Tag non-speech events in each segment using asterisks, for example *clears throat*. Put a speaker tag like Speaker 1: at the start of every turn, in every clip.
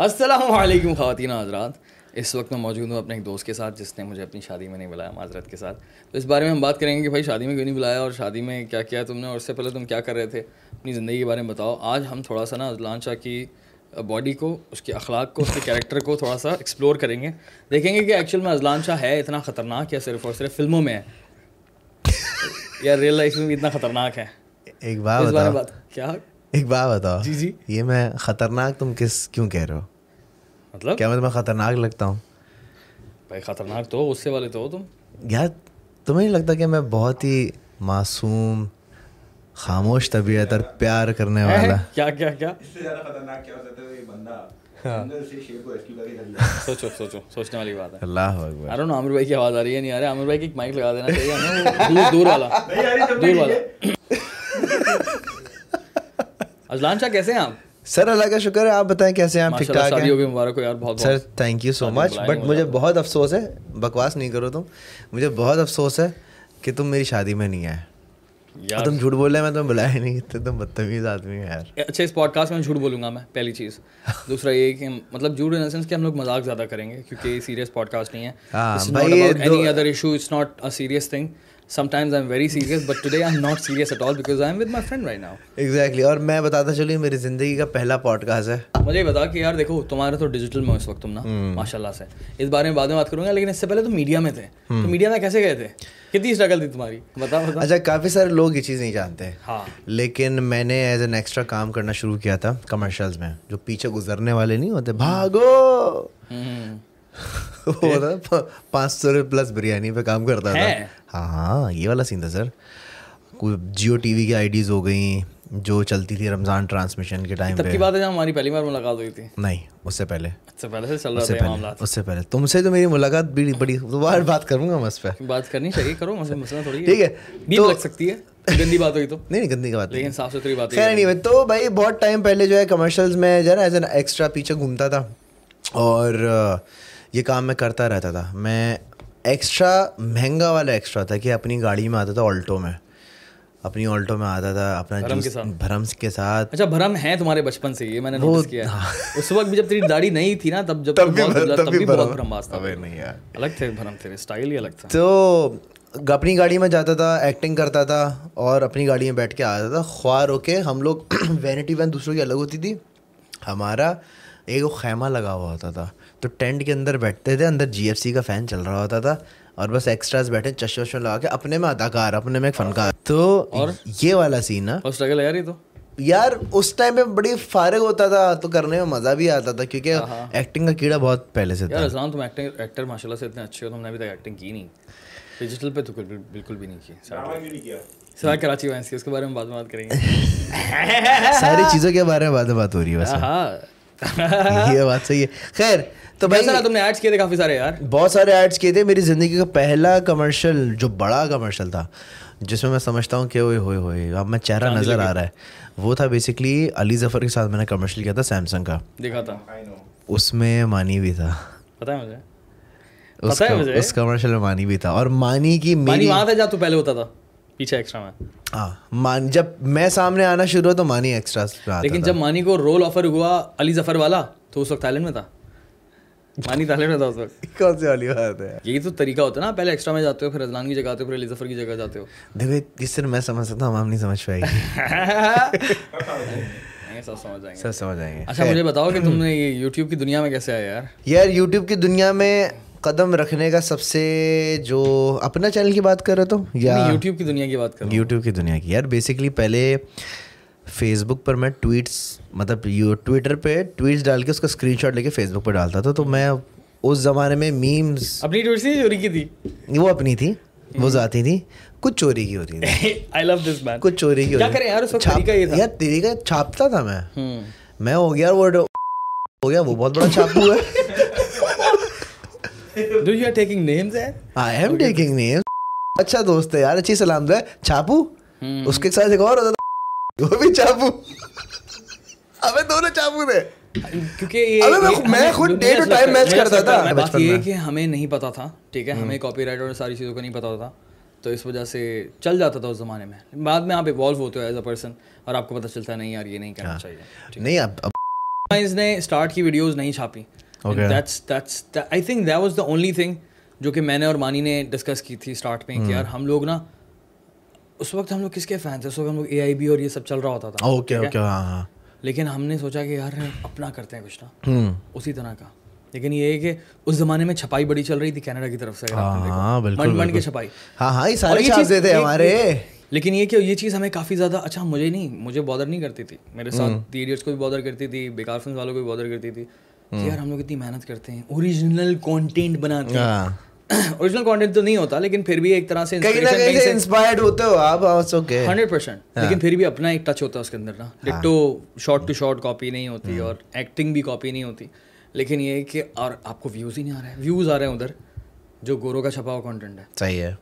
Speaker 1: السلام علیکم خواتین و حضرات اس وقت میں موجود ہوں اپنے ایک دوست کے ساتھ جس نے مجھے اپنی شادی میں نہیں بلایا معذرت کے ساتھ تو اس بارے میں ہم بات کریں گے کہ بھائی شادی میں کیوں نہیں بلایا اور شادی میں کیا کیا تم نے اور اس سے پہلے تم کیا کر رہے تھے اپنی زندگی کے بارے میں بتاؤ آج ہم تھوڑا سا نا اذلان شاہ کی باڈی کو اس کے اخلاق کو اس کے کیریکٹر کو تھوڑا سا ایکسپلور کریں گے دیکھیں گے کہ ایکچوئل میں اذلان شاہ ہے اتنا خطرناک یا صرف اور صرف فلموں میں ہے یا ریئل لائف میں بھی اتنا خطرناک ہے
Speaker 2: ایک
Speaker 1: اس
Speaker 2: بات
Speaker 1: بارے میں
Speaker 2: بتاؤ
Speaker 1: بات کیا
Speaker 2: ایک بات بتاؤ
Speaker 1: جی جی
Speaker 2: یہ میں خطرناک تم کس کیوں کہہ رہے ہو
Speaker 1: مطلب
Speaker 2: کیا میں تمہیں خطرناک لگتا ہوں
Speaker 1: بھائی خطرناک تو ہو غصے والے تو ہو تم
Speaker 2: یار تمہیں نہیں لگتا کہ میں بہت ہی معصوم خاموش طبیعت اور پیار کرنے والا
Speaker 1: کیا کیا کیا
Speaker 3: اس سے زیادہ خطرناک کیا ہو سکتا ہے کہ ایک بندہ جنگل سے شیر کو ریسکیو کر کے چل جائے
Speaker 1: سوچو سوچو سوچنے والی بات ہے
Speaker 2: اللہ اکبر
Speaker 1: ارے عامر بھائی کی آواز آ رہی ہے نہیں آ رہی عامر بھائی کی ایک مائک لگا دینا چاہیے ہمیں وہ دور دور والا
Speaker 3: بھائی یار یہ سب
Speaker 1: دور
Speaker 3: ٹھیک
Speaker 1: والا
Speaker 3: ہے
Speaker 1: اجلان شاہ کیسے ہیں آپ
Speaker 2: سر اللہ کا شکر ہے آپ بتائیں کیسے ہیں آپ ٹھیک
Speaker 1: ماشاء اللہ
Speaker 2: ٹھاک
Speaker 1: شادی
Speaker 2: ہیں
Speaker 1: ہو گئی مبارک ہو یار بہت
Speaker 2: سر
Speaker 1: بہت
Speaker 2: تھینک یو سو
Speaker 1: شادی
Speaker 2: مچ
Speaker 1: بلائیں
Speaker 2: بٹ
Speaker 1: گے
Speaker 2: مجھے
Speaker 1: مجھے
Speaker 2: بہت افسوس ہے بکواس نہیں کرو تم مجھے بہت افسوس ہے کہ تم میری شادی میں نہیں آئے اور
Speaker 1: یار
Speaker 2: تم جھوٹ بول رہے ہیں میں تمہیں بلایا نہیں تو تم بدتمیز آدمی ہو یار
Speaker 1: اچھا اس پوڈ کاسٹ میں جھوٹ بولوں گا میں پہلی چیز دوسرا یہ کہ مطلب جھوٹ ان سینس کہ ہم لوگ مذاق زیادہ کریں گے کیونکہ یہ سیریس پوڈ کاسٹ نہیں
Speaker 2: ہاں،
Speaker 1: ہے any other issue it's not a serious thing some times I am very serious but today I am not serious at all because I am with my friend right now
Speaker 2: exactly اور میں بتاتا چلوں یہ میری زندگی کا پہلا pod cost ہے
Speaker 1: مجھے یہ بتا کہ یار دیکھو تمہارا تو ڈیجیٹل میں ہو اس وقت تم نا ماشاء اللہ سے اس بارے میں بعد میں بات کروں گا لیکن اس سے پہلے تم میڈیا میں تھے تو میڈیا میں کیسے گئے تھے کتنی اسٹرگل تھی تمہاری بتاؤ بتاؤ
Speaker 2: اچھا کافی سارے لوگ یہ چیز نہیں جانتے
Speaker 1: ہاں
Speaker 2: لیکن میں نے ایز این ایکسٹرا کام کرنا شروع کیا تھا کمرشلز میں جو پیچھے گزرنے والے نہیں ہوتے
Speaker 1: *laughs*
Speaker 2: بھاگو پانچ سو روپے پلس بریانی پہ کام کرتا تھا ہاں ہاں یہ والا سین تھا سر جیو ٹی وی کی آئی ڈیز ہو گئیں جو چلتی تھی رمضان ٹرانسمیشن کے ٹائم
Speaker 1: تب
Speaker 2: پہ
Speaker 1: کی بات ہے جہاں ہماری پہلی بار ملاقات ہوئی تھی
Speaker 2: نہیں اس سے پہلے
Speaker 1: اس سے پہلے سے چل
Speaker 2: اس
Speaker 1: رہا تھا
Speaker 2: سے
Speaker 1: یہ
Speaker 2: پہلے
Speaker 1: معاملہ
Speaker 2: اس سے پہلے تم سے تو میری ملاقات بڑی بڑی دوبارہ بات کروں گا میں اس پہ
Speaker 1: بات کرنی چاہیے کرو مسئلہ مسئلہ تھوڑی
Speaker 2: ٹھیک ہے
Speaker 1: بیپ لگ سکتی ہے گندی بات ہوئی تو
Speaker 2: نہیں نہیں گندی کی بات
Speaker 1: لیکن صاف ستھری بات
Speaker 2: خیر نہیں تو بھائی بہت ٹائم پہلے جو ہے کمرشلز میں جو ہے نا ایز این ایکسٹرا پیچھے گھومتا تھا اور یہ کام میں کرتا رہتا تھا میں ایکسٹرا مہنگا والا ایکسٹرا تھا کہ اپنی گاڑی میں آتا تھا آلٹو میں اپنی آلٹو میں آتا تھا اپنا جوس بھرم کے ساتھ
Speaker 1: اچھا بھرم ہے تمہارے بچپن سے یہ میں نے نوٹس کیا ہے اس وقت بھی جب تیری داڑھی نہیں تھی نا تب جب تب بھی بہت بھرم باز تھا الگ تھے بھرم تیرے اسٹائل ہی الگ تھا
Speaker 2: تو اپنی گاڑی میں جاتا تھا ایکٹنگ کرتا تھا اور اپنی گاڑی میں بیٹھ کے آتا تھا خوار ہو کے ہم لوگ *clears throat* وینٹی وین دوسروں کی الگ ہوتی تھی ہمارا ایک خیمہ لگا ہوا ہوتا تھا تو ٹینٹ کے اندر بیٹھتے تھے اندر جی ایف سی کا فین چل رہا ہوتا تھا اور بس ایکسٹراز بیٹھے چشمے وشمے لگا کے اپنے میں اداکار اپنے میں ایک فنکار تو یہ والا سین نا
Speaker 1: اور اسٹرگل ہے یار یہ تو
Speaker 2: یار اس ٹائم پہ بڑی فارغ ہوتا تھا تو کرنے میں مزہ بھی آتا تھا کیونکہ ایکٹنگ کا کیڑا بہت پہلے سے تھا
Speaker 1: یار اسلام تم ایکٹنگ ایکٹر ماشاء اللہ سے اتنے اچھے ہو تم نے ابھی تک ایکٹنگ کی نہیں ڈیجیٹل پہ تو بالکل بالکل بھی نہیں کی
Speaker 3: ڈرامہ کیوں نہیں کیا
Speaker 1: سوائے کراچی وائنس کی اس کے بارے میں بعد میں بات کریں گے
Speaker 2: ساری چیزوں کے بارے میں بات بات ہو رہی ہے ویسے
Speaker 1: ہاں
Speaker 2: *laughs* یہ بات صحیح ہے خیر تو بھائی
Speaker 1: تم نے ایڈس کیے تھے کافی سارے یار
Speaker 2: بہت سارے ایڈس کیے تھے میری زندگی کا پہلا کمرشل جو بڑا کمرشل تھا جس میں میں سمجھتا ہوں کہ اوئے ہوئے ہوئے اب میں چہرہ نظر آ رہا ہے وہ تھا بیسکلی علی ظفر کے ساتھ میں نے کمرشل کیا تھا سیمسنگ کا
Speaker 1: دیکھا تھا
Speaker 3: آئی نو
Speaker 2: اس میں مانی بھی تھا
Speaker 1: پتہ ہے مجھے
Speaker 2: اس کمرشل میں مانی بھی تھا اور مانی کی
Speaker 1: پانی
Speaker 2: میری
Speaker 1: وہاں تھا جہاں تو پہلے ہوتا تھا پیچھے ایکسٹرا میں
Speaker 2: ہاں جب میں سامنے آنا شروع ہوا تو مانی ایکسٹرا
Speaker 1: لیکن جب مانی کو رول آفر ہوا علی ظفر والا تو اس وقت تھائیلینڈ میں تھا مانی تھائیلینڈ میں تھا اس وقت
Speaker 2: *laughs* کون سی والی بات ہے
Speaker 1: یہی تو طریقہ ہوتا ہے نا پہلے ایکسٹرا میں جاتے ہو پھر رضلان کی جگہ آتے ہو پھر علی ظفر کی جگہ جاتے ہو
Speaker 2: دیکھو اس سے میں سمجھ سکتا ہوں ہم نہیں سمجھ پائے گی
Speaker 1: *laughs* نہیں، سب سمجھ جائیں گے
Speaker 2: سب سمجھ آئیں گے
Speaker 1: اچھا مجھے بتاؤ کہ تم نے یہ یوٹیوب کی دنیا میں کیسے آیا یار
Speaker 2: یار یوٹیوب کی دنیا میں قدم رکھنے کا سب سے جو اپنا چینل کی بات کر رہے تو یا
Speaker 1: یوٹیوب کی دنیا کی بات کر
Speaker 2: یوٹیوب کی دنیا کی یار بیسکلی پہلے فیس بک پر میں ٹویٹس مطلب ٹویٹر پہ ٹویٹس ڈال کے اس کا اسکرین شاٹ لے کے فیس بک پہ ڈالتا تھا تو میں اس زمانے میں میمز
Speaker 1: اپنی ٹویٹ سے چوری کی تھی *laughs*
Speaker 2: وہ اپنی تھی وہ ذاتی تھی کچھ چوری کی ہوتی تھی
Speaker 1: آئی لو دس مین
Speaker 2: کچھ چوری کی
Speaker 1: کیا
Speaker 2: ہوتی
Speaker 1: کریں یار اس وقت
Speaker 2: چھاپ-
Speaker 1: طریقہ یہ تھا
Speaker 2: یار طریقہ چھاپتا تھا میں میں ہو گیا وہ ہو گیا وہ بہت بڑا چھاپو ہے
Speaker 1: *laughs* do you are taking names ہے
Speaker 2: آئی ایم ٹیکنگ نیم اچھا دوست ہے یار اچھی سلام دو ہے چھاپو اس کے ساتھ ایک اور ہوتا *laughs* تھا وہ بھی چھاپو ابے دونوں چھاپو تھے
Speaker 1: کیونکہ یہ
Speaker 2: ارے میں-
Speaker 1: یہ-
Speaker 2: میں
Speaker 1: ہمیں
Speaker 2: خود
Speaker 1: دنیا
Speaker 2: day to
Speaker 1: سے لگتا
Speaker 2: time
Speaker 1: ہے-
Speaker 2: match
Speaker 1: میں
Speaker 2: کرتا
Speaker 1: لگتا
Speaker 2: تھا
Speaker 1: ہے، میں بات
Speaker 2: بچپن
Speaker 1: یہ ہے
Speaker 2: میں۔
Speaker 1: کہ ہمیں نہیں پتا تھا ٹھیک ہے ہمیں کاپی رائٹ اور ساری چیزوں کا نہیں پتا تھا تو اس وجہ سے چل جاتا تھا اس زمانے میں
Speaker 2: ہاں۔
Speaker 1: بعد میں آپ ایوالو ہوتے ہو ایز اے پرسن اور آپ کو پتا چلتا ہے نہیں یار یہ نہیں کرنا چاہیے
Speaker 2: نہیں اب اب
Speaker 1: Airlines نے اسٹارٹ کی ویڈیوز نہیں چھاپی I think that was the only thing جو کہ میں نے اور مانی نے ڈسکس کی تھی اسٹارٹ میں کہ یار ہم لوگ نا اس وقت ہم لوگ کس کے فین تھے اس وقت ہم لوگ اے آئی بی اور یہ سب چل رہا ہوتا تھا
Speaker 2: اوکے اوکے ہاں ہاں
Speaker 1: لیکن ہم نے سوچا کہ یار اپنا کرتے ہیں کچھ نا
Speaker 2: ہوں
Speaker 1: اسی طرح کا لیکن یہ ہے کہ اس زمانے میں چھپائی بڑی چل رہی تھی کینیڈا کی طرف سے
Speaker 2: ہاں بالکل
Speaker 1: من من کے چھپائی
Speaker 2: ہاں ہاں یہ
Speaker 1: اور
Speaker 2: سارے
Speaker 1: یہ
Speaker 2: چیز
Speaker 1: چیز-
Speaker 2: تھے
Speaker 1: ایک-
Speaker 2: ہمارے
Speaker 1: لیکن یہ کہ یہ چیز ہمیں کافی زیادہ اچھا مجھے نہیں مجھے بادر نہیں کرتی تھی میرے ساتھ دی ایڈیٹس کو بھی بادر کرتی تھی بیکار فنس والوں کو بھی بادر کرتی تھی کہ یار ہم لوگ اتنی محنت کرتے ہیں اوریجنل کانٹینٹ بناتے ہیں *coughs*
Speaker 2: ہاں
Speaker 1: اوریجنل کانٹینٹ تو نہیں ہوتا لیکن پھر بھی ایک طرح سے
Speaker 2: کہیں نہ کہیں سے انسپائرڈ ہوتے ہو آپ آٹس اوکے
Speaker 1: ہنڈریڈ پرسینٹ لیکن پھر بھی اپنا ایک ٹچ ہوتا ہے اس کے اندر نا ditto short to short copy نہیں
Speaker 2: Hmm.
Speaker 1: ہوتی اور ایکٹنگ بھی کاپی نہیں ہوتی لیکن یہ ہے کہ اور آپ کو ویوز ہی نہیں آ رہے ہیں ویوز آ رہے ہیں ادھر جو گورو کا چھپا ہوا کانٹینٹ ہے
Speaker 2: صحیح ہے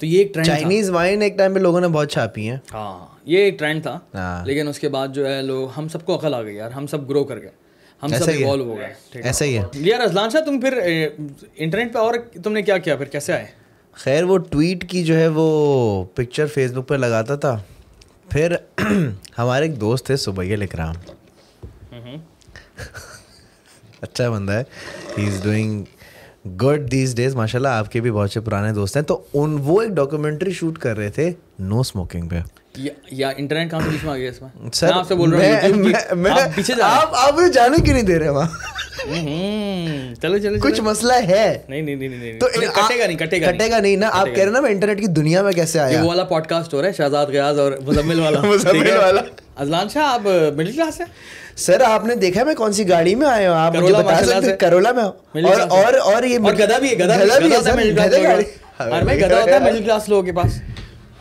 Speaker 1: تو یہ ایک ٹرینڈ
Speaker 2: چائنیز وائن ایک ٹائم پہ لوگوں نے بہت چھاپی ہیں
Speaker 1: ہاں یہ ایک ٹرینڈ تھا
Speaker 2: ہاں۔
Speaker 1: لیکن اس کے بعد جو ہے لوگ ہم سب کو عقل آ گئی یار ہم سب گرو کر گئے ہم سب
Speaker 2: ایسا ہی ہے۔
Speaker 1: ایوالو ہو گئے ٹھیک
Speaker 2: ایسا ہی ہے
Speaker 1: ہے یار اذلان شاہ تم پھر انٹرنیٹ پہ اور تم نے کیا کیا پھر کیسے آئے
Speaker 2: خیر وہ ٹویٹ کی جو ہے وہ پکچر فیس بک پہ لگاتا تھا *clears throat* پھر ہمارے ایک دوست تھے سبیل اکرام اچھا بندہ ہے he is doing good these days ماشاء اللہ آپ کے بھی بہت سے پرانے دوست ہیں تو ان وہ ایک ڈاکومنٹری شوٹ کر رہے تھے نو اسموکنگ پہ
Speaker 1: یا انٹرنیٹ کہاں سے بیچ میں آ گیا اس میں میں
Speaker 2: سر
Speaker 1: آپ سے بول رہا ہوں آپ پیچھے جا
Speaker 2: آپ آپ مجھے جانے کیوں نہیں دے رہے وہاں
Speaker 1: رہے چلو چلو
Speaker 2: کچھ مسئلہ ہے
Speaker 1: نہیں نہیں نہیں نہیں
Speaker 2: تو
Speaker 1: کٹے گا نہیں کٹے گا
Speaker 2: کٹے گا نہیں نا آپ کہہ رہے نا میں انٹرنیٹ کی دنیا میں کیسے
Speaker 1: یہ
Speaker 2: آیا
Speaker 1: وہ والا پوڈ کاسٹ ہو رہا ہے شہزاد غیاز اور مزمل
Speaker 2: *laughs*
Speaker 1: والا اذلان شاہ آپ مڈل کلاس ہیں
Speaker 2: سر آپ نے دیکھا میں کون سی گاڑی میں آیا ہوں آپ مجھے بتا سکتے کرولا میں اور اور اور یہ
Speaker 1: اور گدا بھی ہے گدا بھی ہوتا ہے مڈل کلاس اور میں گدا ہوتا ہے مڈل کلاس لوگوں کے پاس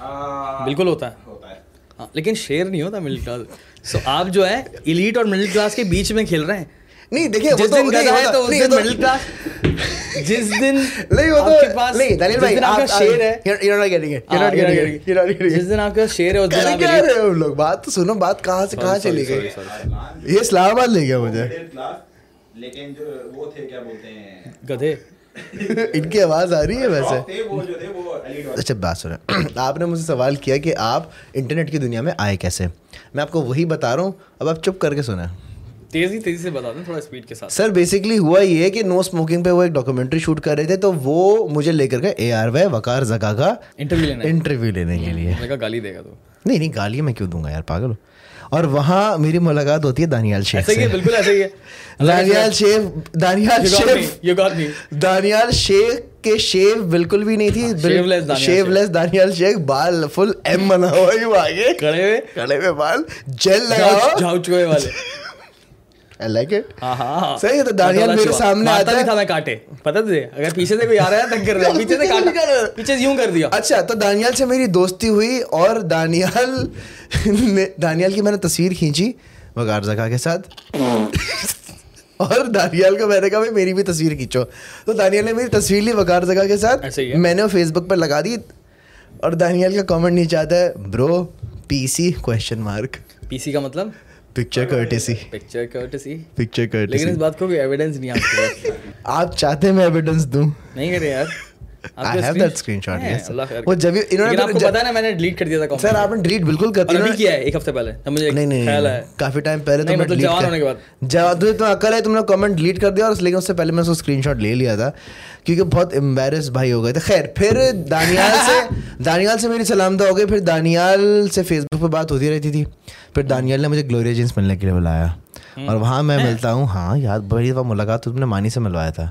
Speaker 3: Ah,
Speaker 2: ہاں۔
Speaker 1: بالکل ہوتا ہے
Speaker 3: ہوتا ہے
Speaker 1: ہاں لیکن شیر نہیں ہوتا مڈل کلاس سو آپ جو ہے ایلیٹ اور مڈل کلاس کے بیچ میں کھیل رہے ہیں
Speaker 2: نہیں دیکھیے
Speaker 1: جس دن گدا ہے تو اس دن مڈل کلاس جس دن
Speaker 2: نہیں وہ
Speaker 1: آپ کے پاس
Speaker 2: نہیں دلیل بھائی
Speaker 1: آپ کا شیر ہے Ah,
Speaker 2: ہے
Speaker 1: جس دن آپ کا شیر ہے اس دن آپ
Speaker 2: لوگ بات تو سنو بات کہاں سے کہاں چلی گئی
Speaker 3: ارمان
Speaker 2: یہ اسلام آباد لے گیا مجھے
Speaker 3: مڈل کلاس لیکن جو وہ تھے کیا بولتے ہیں
Speaker 1: گدھے
Speaker 2: *laughs* ان کی آواز آ رہی ہے ویسے
Speaker 3: تھے وہ جو تھے وہ ایلیٹ والے
Speaker 2: اچھا بات *clears throat* سنیں آپ نے مجھ سے سوال کیا کہ آپ انٹرنیٹ کی دنیا میں آئے کیسے میں آپ کو وہی بتا رہا ہوں اب آپ چپ کر کے سنیں
Speaker 1: تیزی تیزی سے بتا دیں تھوڑا اسپیڈ کے ساتھ
Speaker 2: سر بیسکلی ہوا یہ کہ نو اسموکنگ پہ وہ ایک ڈاکومنٹری شوٹ کر رہے تھے تو وہ مجھے لے کر گئے A R Y Waqar Zaka کا
Speaker 1: انٹرویو لینا ہے
Speaker 2: انٹرویو لینے کے لیے
Speaker 1: میں کہا گالی دے گا تو
Speaker 2: نہیں نہیں گالیاں میں کیوں دوں گا یار پاگل اور وہاں میری ملاقات ہوتی ہے دانیال شیخ
Speaker 1: ایسا ہی ہے بالکل ایسا ہی ہے
Speaker 2: دانیال شیخ دانیال اچھا، Sheikh
Speaker 1: you got me
Speaker 2: Daniyal Sheikh کے شیو بالکل بھی نہیں تھی شیو لیس ہاں، دانیال شیخ بال فل ایم بنا ہوا یوں آگے
Speaker 1: کھڑے ہوئے
Speaker 2: کڑے میں بال جیل لگا
Speaker 1: جھاؤ چوئے والے
Speaker 2: لائک اٹ
Speaker 1: ہاں ہاں
Speaker 2: صحیح ہے تو دانیال میرے سامنے آتا
Speaker 1: تھا میں کاٹے پتہ تجھے اگر پیچھے سے کوئی آ رہا ہے تنگ کر رہا پیچھے سے کاٹا پیچھے سے یوں کر دیا
Speaker 2: اچھا تو دانیال سے میری دوستی ہوئی اور دانیال نے دانیال کی میں نے تصویر کھینچی وقار زکا کے ساتھ اور دانیال کو میں نے کہا بھائی میری بھی تصویر کھینچو تو دانیال نے میری تصویر لی وقار زکا کے ساتھ میں نے فیس بک پہ لگا دی اور دانیال کا کامنٹ نیچے آتا ہے bro P C question mark
Speaker 1: P C کا مطلب
Speaker 2: picture courtesy
Speaker 1: picture courtesy
Speaker 2: picture
Speaker 1: لیکن
Speaker 2: کرٹیسی
Speaker 1: اس بات کو کوئی ایویڈنس نہیں آپ کے پاس
Speaker 2: آپ چاہتے ہیں میں ایویڈنس دوں
Speaker 1: نہیں کرے
Speaker 2: *laughs*
Speaker 1: یار وہ آپ کو پتا نا میں نے ڈیلیٹ کر دیا تھا
Speaker 2: سر آپ نے ڈیلیٹ بالکل کر
Speaker 1: اور
Speaker 2: دیا
Speaker 1: ابھی کیا ہے ایک ہفتے پہلے مجھے
Speaker 2: نہیں نہیں
Speaker 1: خیال ہے
Speaker 2: کافی ٹائم پہلے
Speaker 1: نہیں مطلب جوان ہونے کے بعد
Speaker 2: جواب تو عقل ہے تم نے کامنٹ ڈیلیٹ کر دیا اور لیکن اس سے پہلے میں اس کو اسکرین شاٹ لے لیا تھا کیونکہ بہت امبیرس بھائی ہو گئے تھے خیر پھر دانیال
Speaker 1: *laughs*
Speaker 2: سے دانیال سے میری سلامتہ ہو گئی پھر دانیال سے فیس بک پہ بات ہوتی رہتی تھی پھر دانیال نے مجھے گلوریا جینس ملنے کے لیے بلایا اور وہاں میں ملتا ہوں ہاں یار بڑی دفعہ ملاقات تم نے مانی سے ملوایا تھا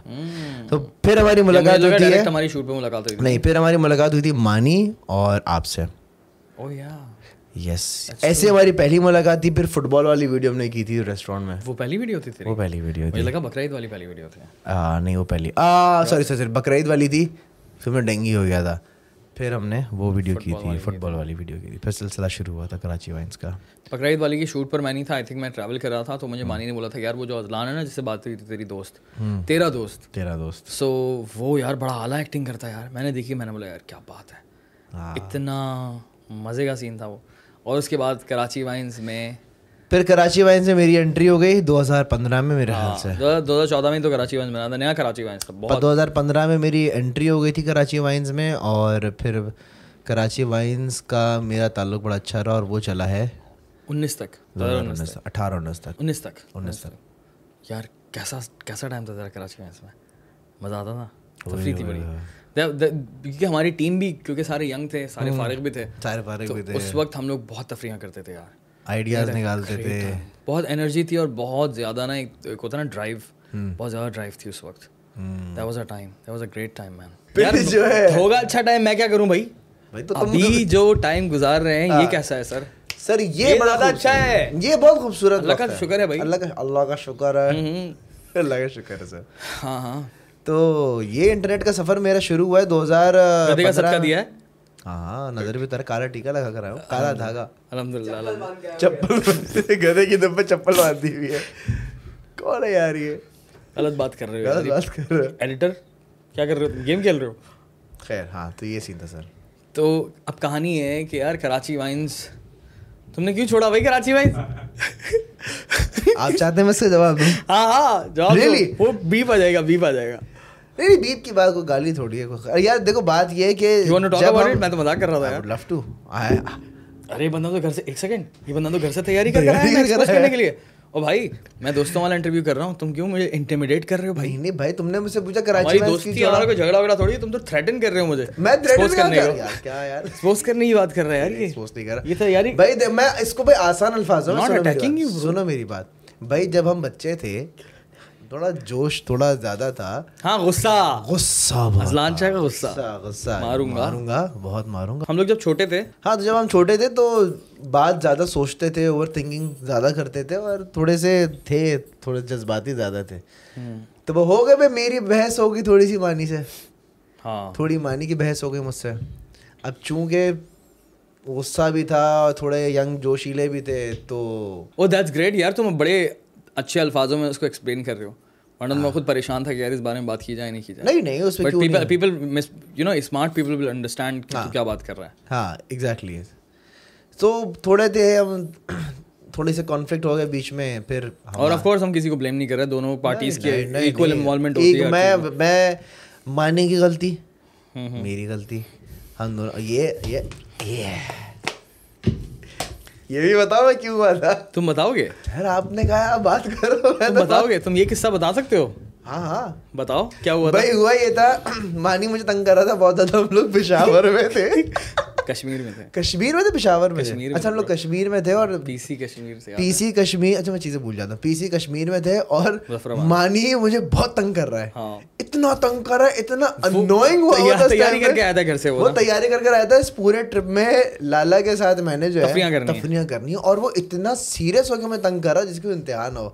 Speaker 2: تو پھر ہماری ملاقات ہوتی ہے
Speaker 1: ڈائریکٹ ہماری شوٹ پہ ملاقات ہوئی
Speaker 2: نہیں پھر ہماری ملاقات ہوئی تھی مانی اور آپ سے
Speaker 1: او یا
Speaker 2: یس ایسے ہماری پہلی ملاقات تھی پھر فٹ بال والی ویڈیو ہم نے کی تھی ریسٹورینٹ میں
Speaker 1: وہ پہلی ویڈیو تھی تیری
Speaker 2: وہ پہلی ویڈیو تھی
Speaker 1: مجھے لگا بکرا عید والی پہلی ویڈیو تھی
Speaker 2: آ، نہیں وہ پہلی آ سوری سوری سوری بقرعید والی تھی پھر میں ڈینگی ہو گیا تھا پھر ہم نے وہ ویڈیو کی تھی فٹ بال والی ویڈیو کی تھی پھر سلسلہ شروع ہوا تھا کراچی وائنس کا
Speaker 1: بکرا عید والی کی شوٹ پر میں نہیں تھا آئی تھنک میں ٹریول کر رہا تھا تو مجھے مانی نے بولا تھا یار وہ جو اذلان ہے نا جس سے بات ہوئی تھی تیری دوست تیرا دوست
Speaker 2: تیرا دوست
Speaker 1: سو وہ یار بڑا اعلیٰ ایکٹنگ کرتا ہے یار میں نے دیکھی میں نے بولا یار کیا بات ہے
Speaker 2: ہاں۔
Speaker 1: اتنا مزے کا سین تھا وہ اور اس کے بعد کراچی وائنس میں
Speaker 2: پھر کراچی وائنس میں میری انٹری ہو گئی دو ہزار پندرہ میں میرے خیال سے
Speaker 1: دو ہزار چودہ میں تو کراچی وائنس بنا تھا نیا کراچی وائنس تھا بہت
Speaker 2: دو ہزار پندرہ میں میری انٹری ہو گئی تھی کراچی وائنس میں اور پھر کراچی وائنس کا میرا تعلق بڑا اچھا رہا اور وہ چلا ہے
Speaker 1: انیس تک
Speaker 2: دو ہزار انیس تک اٹھارہ انیس تک
Speaker 1: انیس تک
Speaker 2: انیس تک
Speaker 1: یار کیسا کیسا ٹائم تھا ذرا کراچی میں اس میں مزہ آتا تھا تفریح تھی بڑی کیونکہ ہماری ٹیم بھی کیونکہ سارے ینگ تھے سارے فارغ بھی تھے
Speaker 2: سارے فارغ بھی تھے
Speaker 1: اس وقت ہم لوگ بہت تفریح کرتے تھے یار
Speaker 2: آئیڈیاز نکالتے تھے
Speaker 1: بہت انرجی تھی اور بہت زیادہ نا ایک ایک ہوتا ہے نا ڈرائیو بہت زیادہ ڈرائیو تھی اس وقت that was a time that was a great time
Speaker 2: *laughs*
Speaker 1: man یار جو ہے ہوگا اچھا ٹائم میں کیا کروں بھائی
Speaker 2: بھائی تو ہاں۔ تم
Speaker 1: ابھی جو ٹائم گزار رہے ہیں یہ کیسا ہے سر
Speaker 2: سر یہ بڑا اچھا ہے یہ بہت خوبصورت
Speaker 1: اللہ کا شکر ہے بھائی
Speaker 2: اللہ کا اللہ کا شکر ہے اللہ کا شکر ہے سر
Speaker 1: ہاں ہاں
Speaker 2: تو یہ انٹرنیٹ کا سفر میرا شروع ہوا ہے دو ہزار
Speaker 1: گدے کا صدقہ دیا ہے ہاں۔
Speaker 2: ہاں نظر بھی تیرا کالا ٹیکا لگا کر آیا ہوں کالا دھاگا
Speaker 1: الحمد للہ
Speaker 2: چپل *laughs* گدے کی دم پہ چپل باندھی ہوئی ہے کون ہے یار یہ
Speaker 1: غلط بات کر رہے
Speaker 2: غلط
Speaker 1: ہو
Speaker 2: بات کر رہے
Speaker 1: ایڈیٹر کیا کر رہے ہو گیم کھیل رہے ہو
Speaker 2: خیر ہاں تو یہ سین تھا سر
Speaker 1: تو اب کہانی ہے کہ یار کراچی وائنس تم نے کیوں چھوڑا بھائی کراچی وائنس
Speaker 2: آپ چاہتے ہیں میں اس کا جواب دوں
Speaker 1: *laughs* ہاں ہاں جواب وہ بیپ آ جائے گا بیپ آ جائے گا
Speaker 2: نہیں بیپ کی بات کو گالی تھوڑی ہے یار دیکھو بات یہ ہے کہ
Speaker 1: you want talk about it میں تو مزاق کر رہا تھا یار
Speaker 2: لف ٹو
Speaker 1: ارے بندہ تو گھر سے ایک سیکنڈ یہ بندہ تو گھر سے تیاری کر رہا ہے کرنے کے لیے او بھائی میں دوستوں والا انٹرویو کر رہا ہوں تم کیوں مجھے انٹیمیڈیٹ کر رہے ہو بھائی
Speaker 2: نہیں بھائی تم نے مجھ سے پوچھا
Speaker 1: ہماری
Speaker 2: کراچی میں اس کی
Speaker 1: دوستی ہمارا کوئی جھگڑا وگڑا تھوڑی تم تو تھریٹن کر رہے ہو مجھے
Speaker 2: میں
Speaker 1: Expose کرنے کو
Speaker 2: کیا یار
Speaker 1: سپوز کرنے کی بات کر رہا ہے یار یہ
Speaker 2: سپوز نہیں کر
Speaker 1: یہ تو یار
Speaker 2: بھائی میں اس کو بھائی آسان الفاظ سنو میری بات بھائی جب ہم بچے تھے تھوڑا جوش تھوڑا زیادہ تھا
Speaker 1: ہاں غصہ
Speaker 2: غصہ
Speaker 1: ازلان شاہ کا غصہ
Speaker 2: غصہ غصہ ماروں گا بہت ماروں گا
Speaker 1: ہم لوگ جب چھوٹے تھے
Speaker 2: ہاں تو جب ہم چھوٹے تھے تو بات زیادہ سوچتے تھے اوور تھنکنگ زیادہ کرتے تھے اور تھوڑے سے تھے تھوڑے جذباتی زیادہ تھے تو وہ ہو گئے بھائی میری بحث ہوگی تھوڑی سی مانی سے
Speaker 1: ہاں
Speaker 2: تھوڑی مانی کی بحث ہو گئی مجھ سے اب چونکہ غصہ بھی تھا اور تھوڑے ینگ جوشیلے بھی تھے تو
Speaker 1: او دیٹس گریٹ Oh, یار تم بڑے اچھے الفاظوں میں اس کو ایکسپلین کر رہے ہو ورنہ تو میں خود پریشان تھا کہ یار اس بارے میں بات کی جائے نہیں کی جائے
Speaker 2: ہاں۔ نہیں نہیں اس میں
Speaker 1: بٹ
Speaker 2: کیوں نہیں
Speaker 1: people people you know smart people will understand کہ تو کیا بات کر رہا ہے
Speaker 2: ہاں ایگزیکٹلی تو تھوڑے تھے ہم تھوڑے سے کانفلکٹ ہو گئے بیچ میں پھر
Speaker 1: اور آف کورس ہم کسی کو بلیم نہیں کر رہے دونوں پارٹیز کی ایکول انوالومنٹ ہوتی ہے اچھا۔
Speaker 2: میں میں ماننے کی غلطی میری غلطی ہم دونوں یہ یہ یہ بھی بتاؤ میں کیوں ہوا تھا
Speaker 1: تم بتاؤ گے
Speaker 2: یار آپ نے کہا آپ بات کرو
Speaker 1: تم بتاؤ گے تم یہ قصہ بتا سکتے ہو
Speaker 2: ہاں ہاں
Speaker 1: بتاؤ کیا ہوا
Speaker 2: بھائی ہوا یہ تھا مانی مجھے تنگ کر رہا تھا بہت زیادہ ہم لوگ پشاور میں
Speaker 1: *laughs*
Speaker 2: تھے
Speaker 1: تھا کشمیر میں تھے
Speaker 2: کشمیر میں تھے پشاور میں اچھا ہم لوگ کشمیر میں تھے اور
Speaker 1: پی سی کشمیر سے
Speaker 2: پی سی کشمیر اچھا میں چیزیں بھول جاتا ہوں پی سی کشمیر میں تھے اور مانی مجھے بہت تنگ کر رہا
Speaker 1: ہاں۔
Speaker 2: ہے اتنا تنگ کر رہا ہے اتنا انوائنگ ہوا
Speaker 1: تیاری کر کے آیا تھا گھر سے
Speaker 2: وہ
Speaker 1: وہ
Speaker 2: تیاری کر کر آیا تھا اس پورے ٹرپ میں لالا کے ساتھ میں نے جو ہے تفریح کرنی ہے اور وہ اتنا سیریس ہو کے میں تنگ کر رہا جس کی انتہا نہ ہو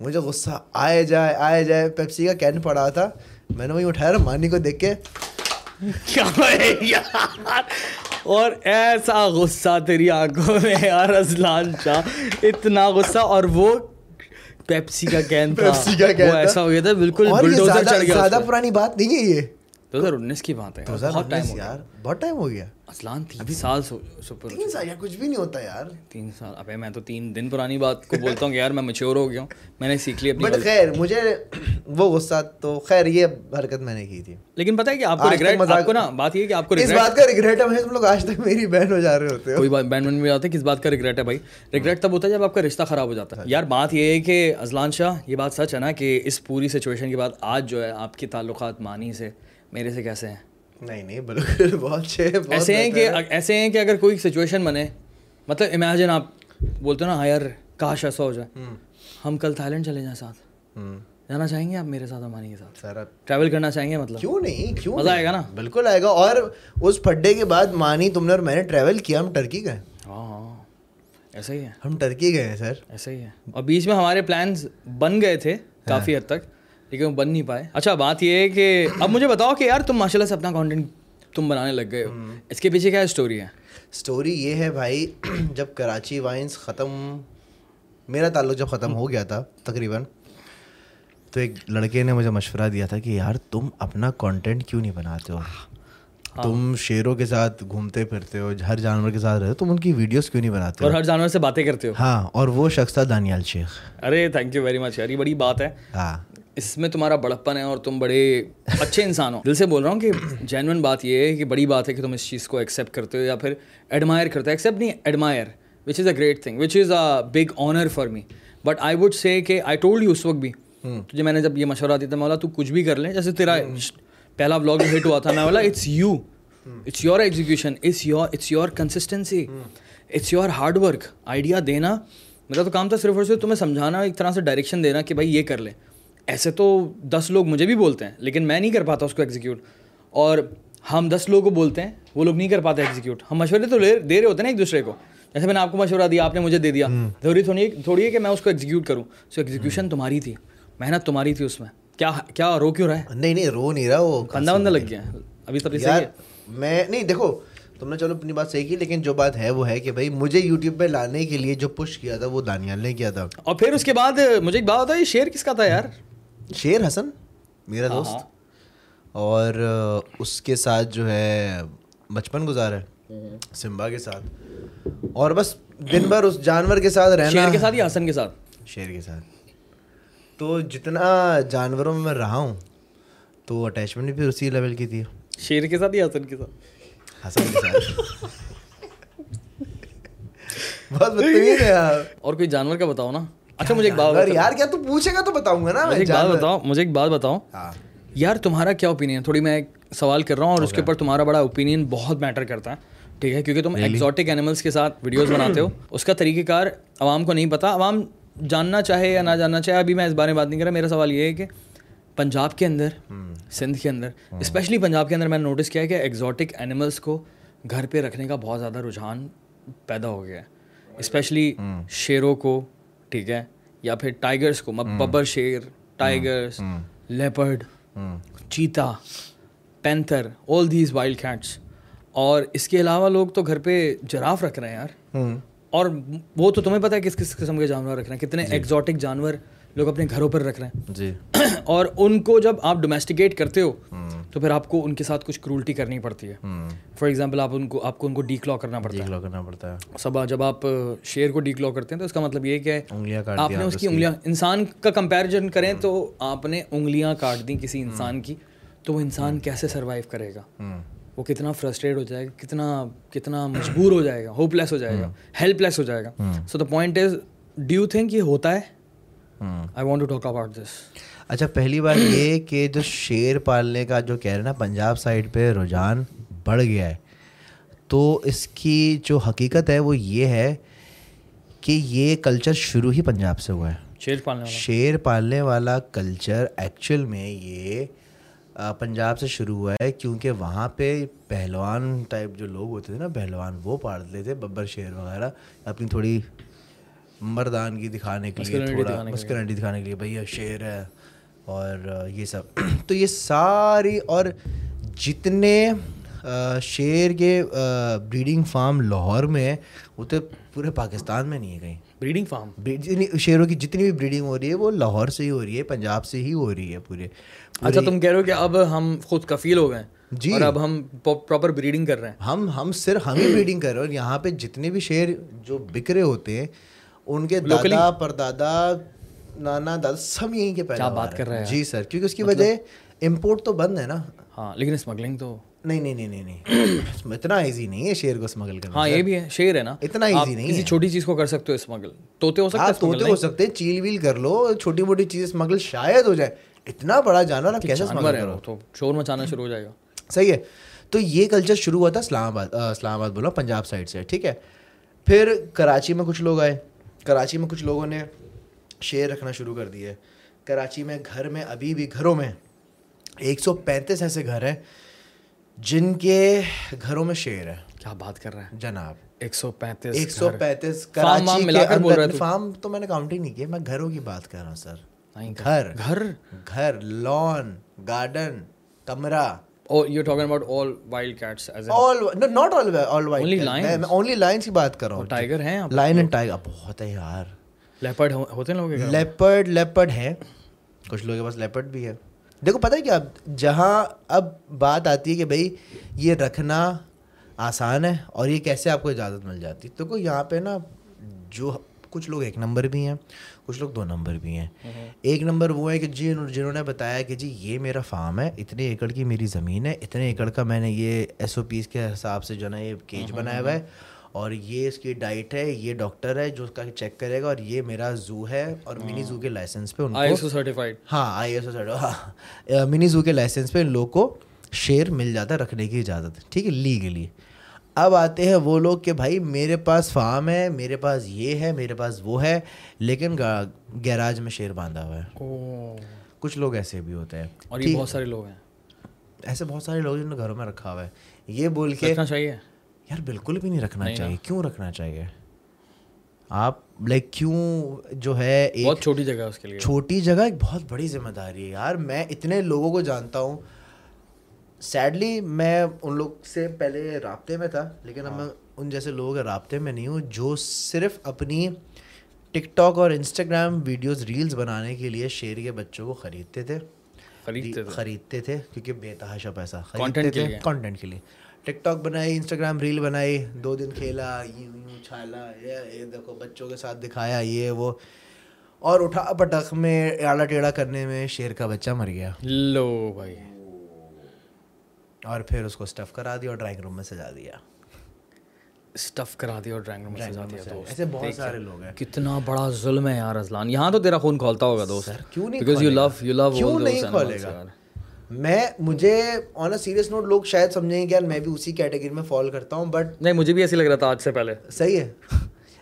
Speaker 2: مجھے غصہ آئے جائے آئے جائے پیپسی کا کین پڑا تھا میں نے وہی اٹھایا اور مانی کو دیکھ کے
Speaker 1: کیا ہے یار اور ایسا غصہ تیری آنکھوں میں یار ازلان شاہ اتنا غصہ اور وہ پیپسی کا کین تھا
Speaker 2: پیپسی کا
Speaker 1: ہاں، وہ ایسا ہو گیا تھا بالکل
Speaker 2: اور یہ
Speaker 1: بلڈوزر چڑھ گیا
Speaker 2: زیادہ پرانی بات نہیں ہے یہ
Speaker 1: دو ہزار انیس کی بات ہے بہت ٹائم ہو گیا
Speaker 2: یار بہت ٹائم ہو گیا
Speaker 1: ازلان تین سال سپر
Speaker 2: تین سال یار کچھ بھی نہیں ہوتا یار
Speaker 1: تین سال ابھی میں تو تین دن پرانی بات کو بولتا ہوں کہ یار میں میچور ہو گیا ہوں میں نے سیکھ لی اپنی
Speaker 2: بٹ
Speaker 1: غلطی۔
Speaker 2: خیر مجھے وہ غصہ تو خیر یہ حرکت میں نے کی تھی
Speaker 1: لیکن پتہ ہے کہ آپ کو
Speaker 2: آج تک
Speaker 1: ریگریٹ
Speaker 2: مذاق-
Speaker 1: آپ کو نا بات یہ ہے کہ آپ کو
Speaker 2: اس
Speaker 1: ریگریٹ
Speaker 2: بات کا ریگریٹ ہے تم لوگ آج تک میری بہن ہو جا رہے ہوتے ہو
Speaker 1: کوئی بات بینڈ میں جاتا ہے کس بات کا ریگریٹ ہے بھائی ریگریٹ تب ہوتا ہے جب آپ کا رشتہ خراب ہو جاتا ہے یار بات یہ ہے کہ اذلان شاہ یہ بات سچ ہے نا کہ اس پوری سچویشن کے بعد آج جو ہے آپ کے تعلقات مانی سے میرے سے کیسے ہیں
Speaker 2: نہیں نہیں بالکل بہت اچھے
Speaker 1: ایسے ہیں کہ ایسے ہیں کہ اگر کوئی سچویشن بنے مطلب امیجن آپ بولتے ہو نا ہاں یار کاش ایسا ہو جائے ہم کل تھائی لینڈ چلے جائیں ساتھ جانا چاہیں گے آپ میرے ساتھ ہمانی کے ساتھ
Speaker 2: سارا
Speaker 1: ٹریول کرنا چاہیں گے مطلب
Speaker 2: کیوں نہیں کیوں
Speaker 1: مزہ آئے گا نا
Speaker 2: بالکل آئے گا اور اس پھڈے کے بعد مانی تم نے اور میں نے ٹریول کیا ہم ٹرکی گئے
Speaker 1: ہاں ہاں ایسا ہی ہے
Speaker 2: ہم ٹرکی گئے ہیں سر
Speaker 1: ایسا ہی ہے اور بیچ میں ہمارے پلانز بن گئے تھے
Speaker 2: ہاں۔
Speaker 1: کافی حد تک لیکن وہ بن نہیں پائے اچھا بات یہ ہے کہ اب مجھے بتاؤ کہ یار تم ماشاء اللہ سے اپنا کانٹینٹ تم بنانے لگ گئے ہو اس کے پیچھے کیا اسٹوری ہے
Speaker 2: اسٹوری یہ ہے بھائی *clears throat* جب کراچی وائنس ختم میرا تعلق جب ختم ہو گیا تھا تقریباً تو ایک لڑکے نے مجھے مشورہ دیا تھا کہ یار تم اپنا کانٹینٹ کیوں نہیں بناتے ہو تم شیروں کے ساتھ گھومتے پھرتے ہو ہر جانور کے ساتھ رہتے ہو تم ان کی ویڈیوز کیوں نہیں بناتے ہو
Speaker 1: اور ہر جانور سے باتیں کرتے ہو
Speaker 2: ہاں اور وہ شخص تھا دانیال شیخ
Speaker 1: ارے تھینک یو ویری مچ یار یہ بڑی بات ہے
Speaker 2: ہاں
Speaker 1: اس میں تمہارا بڑپن ہے اور تم بڑے اچھے انسان ہو دل سے بول رہا ہوں کہ جینون بات یہ ہے کہ بڑی بات ہے کہ تم اس چیز کو ایکسیپٹ کرتے ہو یا پھر ایڈمائر کرتے ہو ایکسیپٹ نہیں admire which is a great thing which is a big honour for me but I would say کہ آئی ٹولڈ یو اس وقت بھی تجھے میں نے جب یہ مشورہ دیا تھا میں بولا تو کچھ بھی کر لیں جیسے تیرا پہلا بلاگ جو ہٹ ہوا تھا میں بولا it's you it's your execution it's your it's your consistency it's your hard work idea دینا میرا تو کام تھا صرف اور صرف تمہیں سمجھانا ایک طرح سے ڈائریکشن دینا کہ بھائی یہ کر لیں ایسے تو دس لوگ مجھے بھی بولتے ہیں لیکن میں نہیں کر پاتا اس کو ایگزیکیوٹ اور ہم دس لوگوں کو بولتے ہیں وہ لوگ نہیں کر پاتے ایگزیکیوٹ ہم مشورے تو لے دے رہے ہوتے ہیں نا ایک دوسرے کو جیسے میں نے آپ کو مشورہ دیا آپ نے مجھے دے دیا ضروری تھوڑی تھوڑی ہے کہ میں اس کو ایگزیکیوٹ کروں سو ایگزیکیوشن تمہاری تھی محنت تمہاری تھی اس میں کیا کیا رو کیوں رہا ہے
Speaker 2: نہیں نہیں رو نہیں رہا وہ
Speaker 1: بندہ بندہ لگ گیا ہے ابھی تک
Speaker 2: یار میں نہیں دیکھو تم نے چلو اپنی بات صحیح کی لیکن جو بات ہے وہ ہے کہ بھائی مجھے یوٹیوب پہ لانے کے لیے جو پش کیا تھا وہ دانیال نے کیا تھا
Speaker 1: اور پھر اس کے بعد مجھے ایک بات ہوتا ہے یہ شعر کس کا تھا یار
Speaker 2: شیر حسن میرا
Speaker 1: ہاں،
Speaker 2: دوست اور اس کے ساتھ جو ہے بچپن گزارا ہے سمبا کے ساتھ اور بس دن بھر اس جانور کے ساتھ رہنا
Speaker 1: شعر کے ساتھ یا حسن کے ساتھ
Speaker 2: شیر کے ساتھ تو جتنا جانوروں میں میں رہا ہوں تو اٹیچمنٹ بھی پھر اسی لیول کی تھی
Speaker 1: شعر کے ساتھ یا حسن کے ساتھ
Speaker 2: حسن کے ساتھ بہت بدتمیز ہے یار
Speaker 1: اور کوئی جانور کا بتاؤ نا اچھا مجھے ایک
Speaker 2: جانور
Speaker 1: بات
Speaker 2: یار کیا تو پوچھے گا تو بتاؤں گا نا
Speaker 1: مجھے
Speaker 2: میں
Speaker 1: ایک بات
Speaker 2: جانور
Speaker 1: بتاؤ مجھے ایک بات بتاؤ
Speaker 2: ہاں
Speaker 1: یار تمہارا کیا اوپینین ہے تھوڑی میں ایک سوال کر رہا ہوں اور اس کے اوپر تمہارا بڑا اوپینین بہت میٹر کرتا ہے ٹھیک ہے کیونکہ تم ایگزاٹک اینیملس کے ساتھ ویڈیوز بناتے ہو اس کا طریقہ کار عوام کو نہیں پتا عوام جاننا چاہے یا نہ جاننا چاہے ابھی میں اس بارے میں بات نہیں کر رہا میرا سوال یہ ہے کہ پنجاب کے اندر سندھ کے اندر اسپیشلی پنجاب کے اندر میں نے نوٹس کیا ہے کہ ایگزاٹک اینیملس کو گھر پہ رکھنے کا بہت زیادہ رجحان پیدا ہو گیا ہے اسپیشلی شیروں کو ٹھیک ہے یا پھر ٹائیگرس کو ببر شیر ٹائیگرس
Speaker 2: Hmm.
Speaker 1: لیپرڈ چیتا panther all these wild cats اور اس کے علاوہ لوگ تو گھر پہ جراف رکھ رہے ہیں یار اور وہ تو تمہیں پتہ ہے کس کس قسم کے جانور رکھ رہے ہیں کتنے ایگزاٹک جانور لوگ اپنے گھروں پر رکھ رہے ہیں *coughs*
Speaker 2: جی
Speaker 1: اور ان کو جب آپ ڈومیسٹیکیٹ کرتے ہو تو پھر آپ کو ان کے ساتھ کچھ کرولٹی کرنی پڑتی ہے فار ایگزامپل آپ ان کو آپ کو ان کو ڈی کلو کرنا پڑتا ہے
Speaker 2: لو کرنا پڑتا ہے
Speaker 1: سب جب آپ شیر کو ڈی کلو کرتے ہیں تو اس کا مطلب یہ کہ
Speaker 2: انگلیاں کاٹ
Speaker 1: آپ نے اس کی انگلیاں انسان کا کمپیریزن کریں تو آپ نے انگلیاں کاٹ دیں کسی انسان کی تو وہ انسان کیسے سروائیو کرے گا وہ کتنا فرسٹریٹ ہو جائے گا کتنا کتنا مجبور ہو جائے گا ہوپ لیس ہو جائے گا ہیلپ لیس ہو جائے گا so the point is do you think یہ ہوتا ہے I want to talk about this
Speaker 2: اچھا پہلی بات یہ کہ جو شیر پالنے کا جو کہہ رہے ہیں نا پنجاب سائڈ پہ رجحان بڑھ گیا ہے تو اس کی جو حقیقت ہے وہ یہ ہے کہ یہ کلچر شروع ہی پنجاب سے ہوا ہے
Speaker 1: شیر پالنے والا
Speaker 2: شیر پالنے والا کلچر ایکچوئل میں یہ آ، پنجاب سے شروع ہوا ہے کیونکہ وہاں پہ پہلوان ٹائپ جو لوگ ہوتے تھے نا پہلوان وہ پالتے تھے ببر شیر وغیرہ اپنی تھوڑی مردانگی دکھانے کے لیے تھوڑا مسکرنٹی دکھانے کے لیے بھیا شیر ہے اور آ، یہ سب *clears throat* تو یہ ساری اور جتنے آ، شیر کے بریڈنگ فارم لاہور میں ہے وہ تو پورے پاکستان میں نہیں ہے کہیں
Speaker 1: بریڈنگ فارم
Speaker 2: بریڈنگ- شیروں کی جتنی بھی بریڈنگ ہو رہی ہے وہ لاہور سے ہی ہو رہی ہے پنجاب سے ہی ہو رہی ہے پورے
Speaker 1: اچھا تم کہہ رہے ہو کہ اب ہم خود کفیل ہو گئے
Speaker 2: جی۔
Speaker 1: اور اب ہم پراپر بریڈنگ کر رہے ہیں
Speaker 2: ہم ہم صرف ہم ہی بریڈنگ کر رہے ہیں اور یہاں پہ جتنے بھی شیر جو بک رہے ہوتے ہیں ان کے دادا پردادا نانا دادا سب یہیں کے پیدا
Speaker 1: بات کر رہے ہیں مطلب؟
Speaker 2: جی سر کیونکہ اس کی وجہ امپورٹ تو بند ہے نا
Speaker 1: ہاں لیکن اسمگلنگ تو
Speaker 2: نہیں نہیں نہیں نہیں اتنا ایزی نہیں ہے شیر کو اسمگل کرنا
Speaker 1: ہاں یہ بھی ہے شیر ہے نا
Speaker 2: اتنا ایزی نہیں
Speaker 1: کسی
Speaker 2: ہے
Speaker 1: چھوٹی چیز کو کر سکتے ہو اسمگل طوطے ہو
Speaker 2: ہاں
Speaker 1: سکتے
Speaker 2: طوطے ہو سکتے ہیں چیل ویل کر لو چھوٹی موٹی چیز اسمگل شاید ہو جائے اتنا بڑا جانور آپ کیسے اسمگل کرو
Speaker 1: ہیں تو شور مچانا شروع ہو جائے گا
Speaker 2: صحیح ہے تو یہ کلچر شروع ہوا تھا اسلام آباد آ، اسلام آباد بولا پنجاب سائڈ سے ٹھیک ہے پھر کراچی میں کچھ لوگ آئے کراچی میں کچھ لوگوں نے شیر رکھنا شروع کر دیے کراچی میں گھر میں ابھی بھی گھروں میں ایک سو پینتیس ایسے گھر ہیں جن کے گھروں میں شیر ہے
Speaker 1: کیا بات کر رہا ہے
Speaker 2: جناب
Speaker 1: ایک سو پینتیس
Speaker 2: ایک سو پینتیس
Speaker 1: فارم وام
Speaker 2: کراچی
Speaker 1: ملا
Speaker 2: کے
Speaker 1: کر بول رہا ہے
Speaker 2: اندر
Speaker 1: تو۔
Speaker 2: فارم تو میں نے کاؤنٹ ہی نہیں کیا میں گھروں کی بات کر رہا ہوں سر
Speaker 1: نہیں،
Speaker 2: گھر
Speaker 1: گھر
Speaker 2: گھر لان گارڈن کمرہ
Speaker 1: اور you talking about all wild cats as
Speaker 2: lion
Speaker 1: tiger ہیں
Speaker 2: اینڈ ٹائیگر بہت ہے یار
Speaker 1: لیپرڈ ہوتے ہیں لوگ
Speaker 2: لیپرڈ لیپرڈ ہے کچھ لوگوں کے پاس لیپرڈ بھی ہے دیکھو پتہ ہے کیا جہاں اب بات آتی ہے کہ بھائی یہ رکھنا آسان ہے اور یہ کیسے آپ کو اجازت مل جاتی ہے تو یہاں پہ نا جو کچھ لوگ ایک نمبر بھی ہیں کچھ لوگ دو نمبر بھی ہیں ایک نمبر وہ ہے کہ جی جنہوں نے بتایا کہ جی یہ میرا فارم ہے اتنے ایکڑ کی میری زمین ہے اتنے ایکڑ کا میں نے یہ ایس او پیز کے حساب سے جو ہے نا یہ کیج بنایا ہوا ہے اور یہ اس کی ڈائٹ ہے یہ ڈاکٹر ہے جو اس کا چیک کرے گا اور یہ میرا زو ہے اور
Speaker 1: ہاں۔
Speaker 2: منی زو کے لائسنس پہ ان
Speaker 1: آئی
Speaker 2: کو
Speaker 1: ایس او سرٹیفائڈ
Speaker 2: ہاں آئی ایس او منی زو کے لائسنس پہ ان لوگ کو شیئر مل جاتا ہے رکھنے کی اجازت ٹھیک ہے لیگلی اب آتے ہیں وہ لوگ کہ بھائی میرے پاس فارم ہے میرے پاس یہ ہے میرے پاس وہ ہے لیکن گیراج میں شیئر باندھا ہوا ہے کچھ لوگ ایسے بھی ہوتے ہیں
Speaker 1: اور یہ بہت سارے لوگ ہیں
Speaker 2: ایسے بہت سارے لوگ جنہوں نے گھروں میں رکھا ہوا ہے یہ بول کے
Speaker 1: رکھنا چاہیے
Speaker 2: یار بالکل بھی نہیں رکھنا چاہیے کیوں رکھنا چاہیے آپ لائک کیوں جو ہے ایک
Speaker 1: بہت چھوٹی جگہ ہے اس کے لیے
Speaker 2: چھوٹی جگہ ایک بہت بڑی ذمہ داری ہے یار میں اتنے لوگوں کو جانتا ہوں سیڈلی میں ان لوگ سے پہلے رابطے میں تھا لیکن اب میں
Speaker 1: ہاں۔
Speaker 2: ان جیسے لوگوں کے رابطے میں نہیں ہوں جو صرف اپنی ٹک ٹاک اور انسٹاگرام ویڈیوز ریلز بنانے کے لیے شیر کے بچوں کو خریدتے تھے
Speaker 1: خریدتے تھے
Speaker 2: خریدتے تھے کیونکہ بے تحاشا پیسہ
Speaker 1: Content کے لیے۔
Speaker 2: کانٹینٹ کے لیے ٹک ٹاک بنائی انسٹاگرام ریل بنائی دو دن کھیلا یوں یوں چھالا یہ یہ دیکھو بچوں کے ساتھ دکھایا یہ وہ اور اٹھا پٹک میں آڑا ٹیڑھا کرنے میں شیر کا بچہ مر گیا
Speaker 1: لو بھائی
Speaker 2: اور پھر اس کو اسٹف کرا دیا اور ڈرائنگ روم میں سجا دیا
Speaker 1: اسٹف کرا دیا اور ڈرائنگ روم سجا دیا دوست
Speaker 2: ایسے بہت سارے لوگ ہیں
Speaker 1: کتنا بڑا ظلم ہے یار ازلان یہاں تو تیرا خون کھولتا ہوگا دوست
Speaker 2: کیوں نہیں
Speaker 1: because you love you love
Speaker 2: کیوں نہیں کھولے گا میں مجھے آن اے سیریس نوٹ لوگ شاید سمجھیں کہ یار میں بھی اسی کیٹیگری میں فال کرتا ہوں بٹ
Speaker 1: نہیں مجھے بھی ایسے لگ رہا تھا آج سے پہلے
Speaker 2: صحیح ہے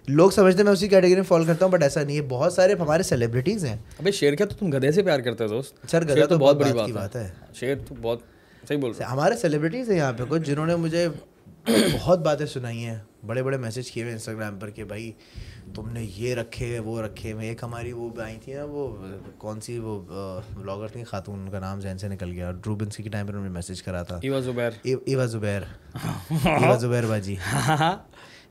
Speaker 2: لوگ سمجھتے ہیں میں اسی کیٹیگری میں فال کرتا ہوں بٹ ایسا نہیں ہے بہت سارے ہمارے سیلیبریٹیز ہیں
Speaker 1: ابھی شیر کیا تو تم گدھے سے پیار کرتے ہو دوست
Speaker 2: سر، گدھا
Speaker 1: شیر
Speaker 2: تو
Speaker 1: بہت
Speaker 2: بہت
Speaker 1: بڑی
Speaker 2: بات کی
Speaker 1: بات
Speaker 2: بات
Speaker 1: ہے
Speaker 2: ہے۔
Speaker 1: شیر تو بہت صحیح بول رہا
Speaker 2: ہمارے سیلیبریٹیز ہیں یہاں پہ کچھ جنہوں نے مجھے بہت باتیں سنائی ہیں بڑے بڑے میسج کیے ہوئے انسٹاگرام پر کہ بھائی تم نے یہ رکھے ہوئے وہ رکھے ہوئے ایک ہماری وہ آئی تھی نا وہ کون سی وہ بلاگر تھیں خاتون ان کا نام ذہن سے نکل گیا اور ڈروبنسی کے ٹائم پر انہوں نے میسج کرا تھا
Speaker 1: Eva Zubair
Speaker 2: Eva Zubair Eva Zubair باجی ہاں۔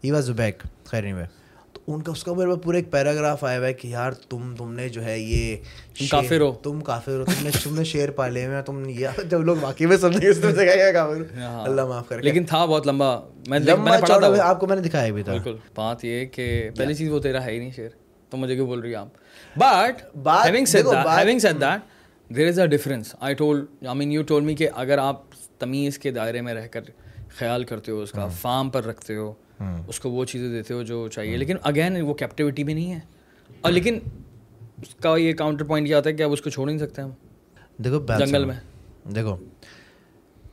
Speaker 2: ایوا زبیک خیر نہیں تو ان کا اس کا میرے پورا ایک پیراگراف آیا ہوا ہے کہ یار تم تم نے جو ہے یہ
Speaker 1: کافر ہو۔
Speaker 2: تم کافر ہو تم نے تم نے شیر پالے ہوئے ہیں تم نے یہ جب لوگ واقعی میں سمجھے اس نے کہا کیا کافر ہو اللہ معاف کر
Speaker 1: ہاں. لیکن تھا بہت لمبا میں نے
Speaker 2: لمبا
Speaker 1: پڑھا
Speaker 2: چوڑا
Speaker 1: تھا
Speaker 2: آپ کو میں نے دکھایا بھی تھا
Speaker 1: بالکل بات یہ کہ پہلی چیز وہ تیرا ہے ہی نہیں شیر تو مجھے کیوں بول رہی ہے آپ but having said that having said that there is a difference I told I mean you told me کہ اگر آپ تمیز کے دائرے میں رہ کر خیال کرتے ہو اس کا فام پر رکھتے ہو اس کو وہ چیزیں دیتے ہو جو چاہیے لیکن اگین وہ کیپٹیوٹی بھی نہیں ہے اور لیکن اس کا یہ کاؤنٹر پوائنٹ یہ آتا ہے کہ اب اس کو چھوڑ نہیں سکتے ہم
Speaker 2: دیکھو بات
Speaker 1: جنگل
Speaker 2: سنو۔
Speaker 1: میں۔
Speaker 2: دیکھو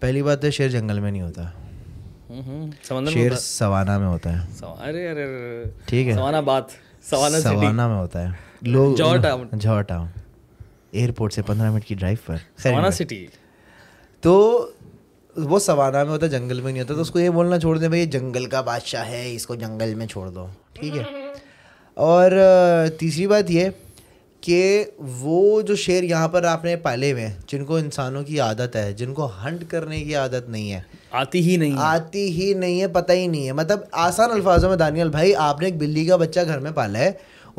Speaker 2: پہلی بات ہے شیر جنگل میں نہیں ہوتا
Speaker 1: سمندر
Speaker 2: شیر سوانا میں ہوتا ہے
Speaker 1: ارے ارے
Speaker 2: ٹھیک ہے
Speaker 1: سوانا بات سوانا سٹی
Speaker 2: سوانا میں ہوتا ہے لوگ
Speaker 1: جاؤ ٹاؤن۔
Speaker 2: جاؤ ٹاؤن ایئرپورٹ سے پندرہ منٹ کی ڈرائیو پر خیر
Speaker 1: سوانا
Speaker 2: نہیں۔
Speaker 1: سٹی
Speaker 2: تو وہ سوانا میں ہوتا ہے جنگل میں نہیں ہوتا تو اس کو یہ بولنا چھوڑ دیں بھائی یہ جنگل کا بادشاہ ہے اس کو جنگل میں چھوڑ دو ٹھیک ہے اور آ، تیسری بات یہ کہ وہ جو شعر یہاں پر آپ نے پالے ہوئے ہیں جن کو انسانوں کی عادت ہے جن کو ہنٹ کرنے کی عادت نہیں ہے
Speaker 1: آتی ہی نہیں
Speaker 2: آتی ہی نہیں ہے پتہ ہی نہیں ہے مطلب آسان الفاظوں میں دانیال بھائی آپ نے ایک بلی کا بچہ گھر میں پالا ہے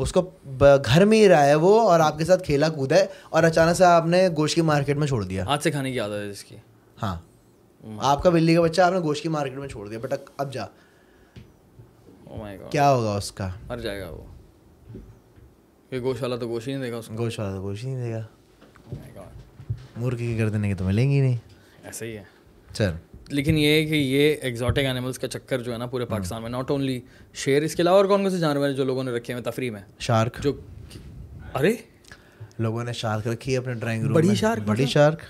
Speaker 2: اس کو ب- گھر میں ہی رہا ہے وہ اور آپ کے ساتھ کھیلا کودا ہے اور اچانک سے آپ نے گوشت کی مارکیٹ میں چھوڑ دیا
Speaker 1: ہاتھ سے کھانے کی عادت ہے اس کی
Speaker 2: ہاں آپ کا بلی کا بچہ آپ نے گوشت کی مارکیٹ میں چھوڑ دیا بٹ اب جا
Speaker 1: Oh my God.
Speaker 2: کیا ہوگا اس کا
Speaker 1: مر جائے گا وہ یہ گوشت والا تو گوشت ہی نہیں دے گا اس کو
Speaker 2: گوشت والا تو گوشت ہی نہیں دے گا
Speaker 1: Oh my God.
Speaker 2: مرغی کی گردنے کی تو ملیں گی نہیں
Speaker 1: ایسا ہی ہے
Speaker 2: چل
Speaker 1: لیکن یہ ہے کہ یہ ایگزاٹک اینیملس کا چکر جو ہے نا پورے
Speaker 2: ہاں۔
Speaker 1: پاکستان میں ناٹ اونلی شیر اس کے علاوہ اور کون کون سے جانور ہیں جو لوگوں نے رکھے ہیں تفریح میں
Speaker 2: شارک
Speaker 1: جو ارے
Speaker 2: لوگوں نے شارک رکھی ہے اپنے ڈرائنگ روم
Speaker 1: بڑی
Speaker 2: میں
Speaker 1: شارک
Speaker 2: بڑی شارک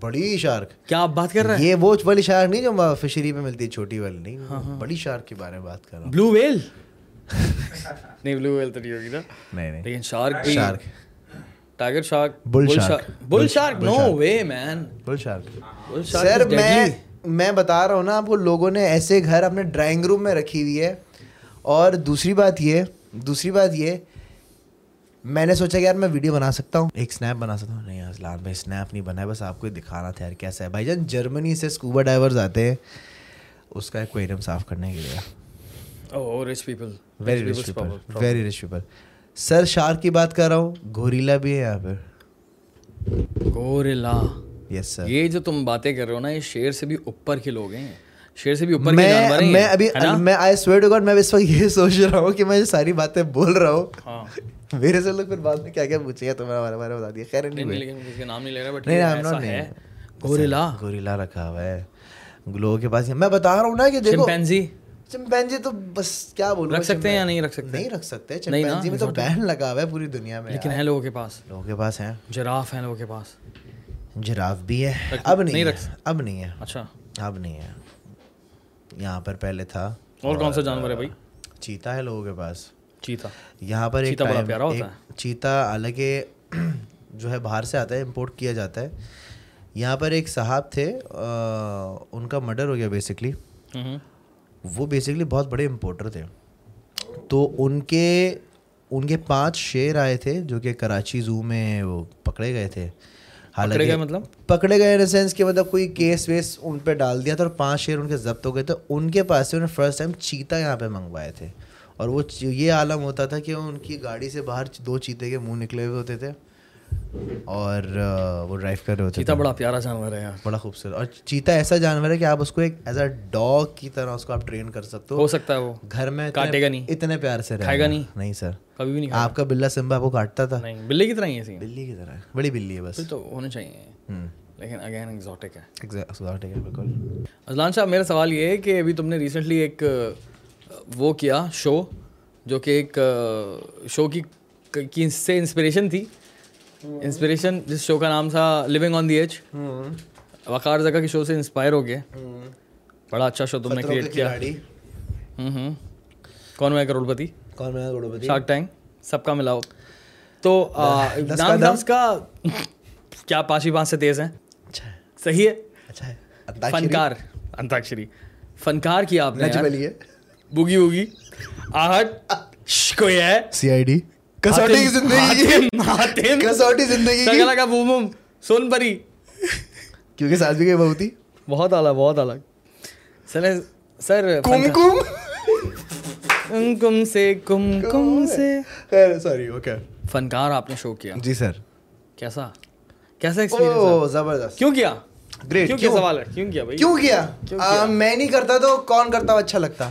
Speaker 2: بڑی شارک
Speaker 1: کیا آپ بات کر رہے
Speaker 2: یہ وہ والی شارک نہیں جو فشری میں ملتی ہے چھوٹی والی
Speaker 1: ہاں،
Speaker 2: نہیں بڑی شارک کے بارے میں بات کر رہا
Speaker 1: ہیں
Speaker 2: ہوں
Speaker 1: بلو ویل *laughs* نہیں بلو ویل تو نہیں ہوگی نا
Speaker 2: نہیں نہیں
Speaker 1: لیکن شارک بھی
Speaker 2: shark
Speaker 1: tiger shark
Speaker 2: Bull shark.
Speaker 1: Bull shark no way man
Speaker 2: bull shark
Speaker 1: bull
Speaker 2: sir
Speaker 1: shark
Speaker 2: میں میں بتا رہا ہوں نا آپ کو لوگوں نے ایسے گھر اپنے ڈرائنگ روم میں رکھی ہوئی ہے اور دوسری بات یہ دوسری بات یہ میں نے سوچا کہ یار میں ویڈیو بنا سکتا ہوں ایک سنیپ بنا سکتا ہوں نہیں اصلان بھائی سنیپ نہیں بنا ہے بس آپ کو دکھانا تھا یار کیسا ہے بھائی جان جرمنی سے اسکوبا ڈائیورز آتے ہیں اس کا ایکویریم صاف کرنے کے لیے
Speaker 1: oh rich people
Speaker 2: very rich people very rich people sir shark کی بات کر رہا ہوں گوریلا بھی ہے یہاں پہ
Speaker 1: گوریلا
Speaker 2: یس سر
Speaker 1: یہ جو تم باتیں کر رہے ہو نا یہ شیر سے بھی اوپر کے لوگ ہیں شیر سے بھی اوپر کے
Speaker 2: میں
Speaker 1: جانور ہیں
Speaker 2: میں ابھی میں آئی سویئر ٹو گاڈ میں اس وقت یہ سوچ رہا ہوں کہ میں یہ ساری باتیں بول رہا ہوں
Speaker 1: ہاں
Speaker 2: میرے سے لوگ پھر بعد میں کیا کیا پوچھے گا تمہارا ہمارا بارے بتا دیا خیر نہیں
Speaker 1: لیکن کسی کا نام نہیں لے رہا بٹ
Speaker 2: نہیں آئی ایم
Speaker 1: ایسا
Speaker 2: ناٹ
Speaker 1: ہے
Speaker 2: نیم
Speaker 1: گوریلا
Speaker 2: اچھا، گوریلا رکھا ہوا ہے لوگوں کے پاس میں بتا رہا ہوں نا کہ دیکھو
Speaker 1: چمپینزی
Speaker 2: چمپینجی تو بس کیا بولوں
Speaker 1: رکھ سکتے ہیں یا نہیں رکھ سکتے
Speaker 2: نہیں رکھ سکتے
Speaker 1: نہیں نا،
Speaker 2: چمپینجی میں تو بین لگا ہوا ہے پوری دنیا میں
Speaker 1: لیکن ہے لوگوں کے پاس
Speaker 2: لوگوں کے پاس ہیں
Speaker 1: جراف ہیں لوگوں کے پاس
Speaker 2: جراف بھی ہے اب نہیں اب نہیں ہے
Speaker 1: اچھا
Speaker 2: اب نہیں ہے یہاں پر پہلے تھا
Speaker 1: اور کون سا جانور ہے بھائی
Speaker 2: چیتا ہے لوگوں کے پاس
Speaker 1: چیتا
Speaker 2: یہاں پر ایک چیتا حالانکہ *clears throat* جو ہے باہر سے آتا ہے امپورٹ کیا جاتا ہے یہاں پر ایک صاحب تھے ان کا مرڈر ہو گیا بیسکلی اچھا، وہ بیسکلی بہت بڑے امپورٹر تھے تو ان کے ان کے پانچ شیر آئے تھے جو کہ کراچی زو میں وہ پکڑے گئے تھے حالانکہ
Speaker 1: مطلب
Speaker 2: پکڑے گئے ان سینس کہ مطلب کوئی کیس ویس ان پہ ڈال دیا تھا اور پانچ شیر ان کے ضبط ہو گئے تھے ان کے پاس سے انہوں نے فرسٹ ٹائم چیتا یہاں پہ منگوائے تھے اور وہ چی- یہ عالم ہوتا تھا کہ ان کی گاڑی سے باہر دو چیتے کے منہ نکلے ہوئے ہوتے تھے اور آ، وہ ڈرائیو کر رہے ہوتے
Speaker 1: چیتا
Speaker 2: تھے
Speaker 1: بڑا پیارا جانور ہے یار
Speaker 2: بڑا خوبصورت اور چیتا ایسا جانور ہے کہ آپ اس کو ایک ایز اے ڈاگ کی طرح اس کو آپ ٹرین کر سکتے ہو
Speaker 1: ہو سکتا ہے وہ
Speaker 2: گھر میں اتنے-
Speaker 1: کاٹے گا نہیں۔
Speaker 2: اتنے پیار سے رہے
Speaker 1: کھائے گا نہیں۔
Speaker 2: نہیں سر
Speaker 1: کبھی بھی نہیں
Speaker 2: آپ کا بلا سمبا آپ کو کاٹتا تھا
Speaker 1: نہیں بلی کی طرح ہی ہے سین
Speaker 2: بلی کی طرح بڑی بلی ہے بس
Speaker 1: تو ہونے چاہیے لیکن اگین ایگزاٹک ہے
Speaker 2: ٹھیک ہے بالکل
Speaker 1: اذلان صاحب میرا سوال یہ ہے کہ ابھی تم نے ریسنٹلی ایک وہ کیا شو جو کہ ایک شو کی کی سے انسپریشن تھی انسپریشن جس شو کا نام تھا living on the edge Waqar Zaka کے شو سے انسپائر ہو گئے بڑا اچھا شو تم نے
Speaker 2: خطروں کے
Speaker 1: کریٹ کیا
Speaker 2: کھلاڑی
Speaker 1: ہوں ہوں کون ہوا کروڑ پتی
Speaker 2: کون بنا کروڑپتی
Speaker 1: شارک ٹینک سب کا ملاؤ تو نام دس کا کیا پاشی بانس سے تیز ہیں
Speaker 2: اچھا ہے
Speaker 1: صحیح ہے
Speaker 2: اچھا ہے
Speaker 1: فنکار انتاکشری فنکار کیا آپ نے
Speaker 2: نچبلی ہے
Speaker 1: بوگی بوگی آہٹ کوئی ہے
Speaker 2: سی آئی ڈی کسوٹی کی زندگی کسوٹی زندگی کی
Speaker 1: کا بوم بوم سون پری
Speaker 2: کیونکہ ساتھ بھی گئی بہو تھی
Speaker 1: بہت اعلیٰ بہت اعلیٰ سر سر
Speaker 2: کم کم
Speaker 1: کم کم سے کم کم سے
Speaker 2: خیر سوری اوکے
Speaker 1: فنکار آپ نے شو کیا
Speaker 2: جی سر
Speaker 1: کیسا کیسا ایکسپیرینس
Speaker 2: او زبردست
Speaker 1: کیوں کیا
Speaker 2: Great,
Speaker 1: کیوں کیا
Speaker 2: کیوں؟
Speaker 1: سوال ہے کیوں کیا بھائی
Speaker 2: کیوں کیا میں نہیں کرتا تو کون کرتا اچھا لگتا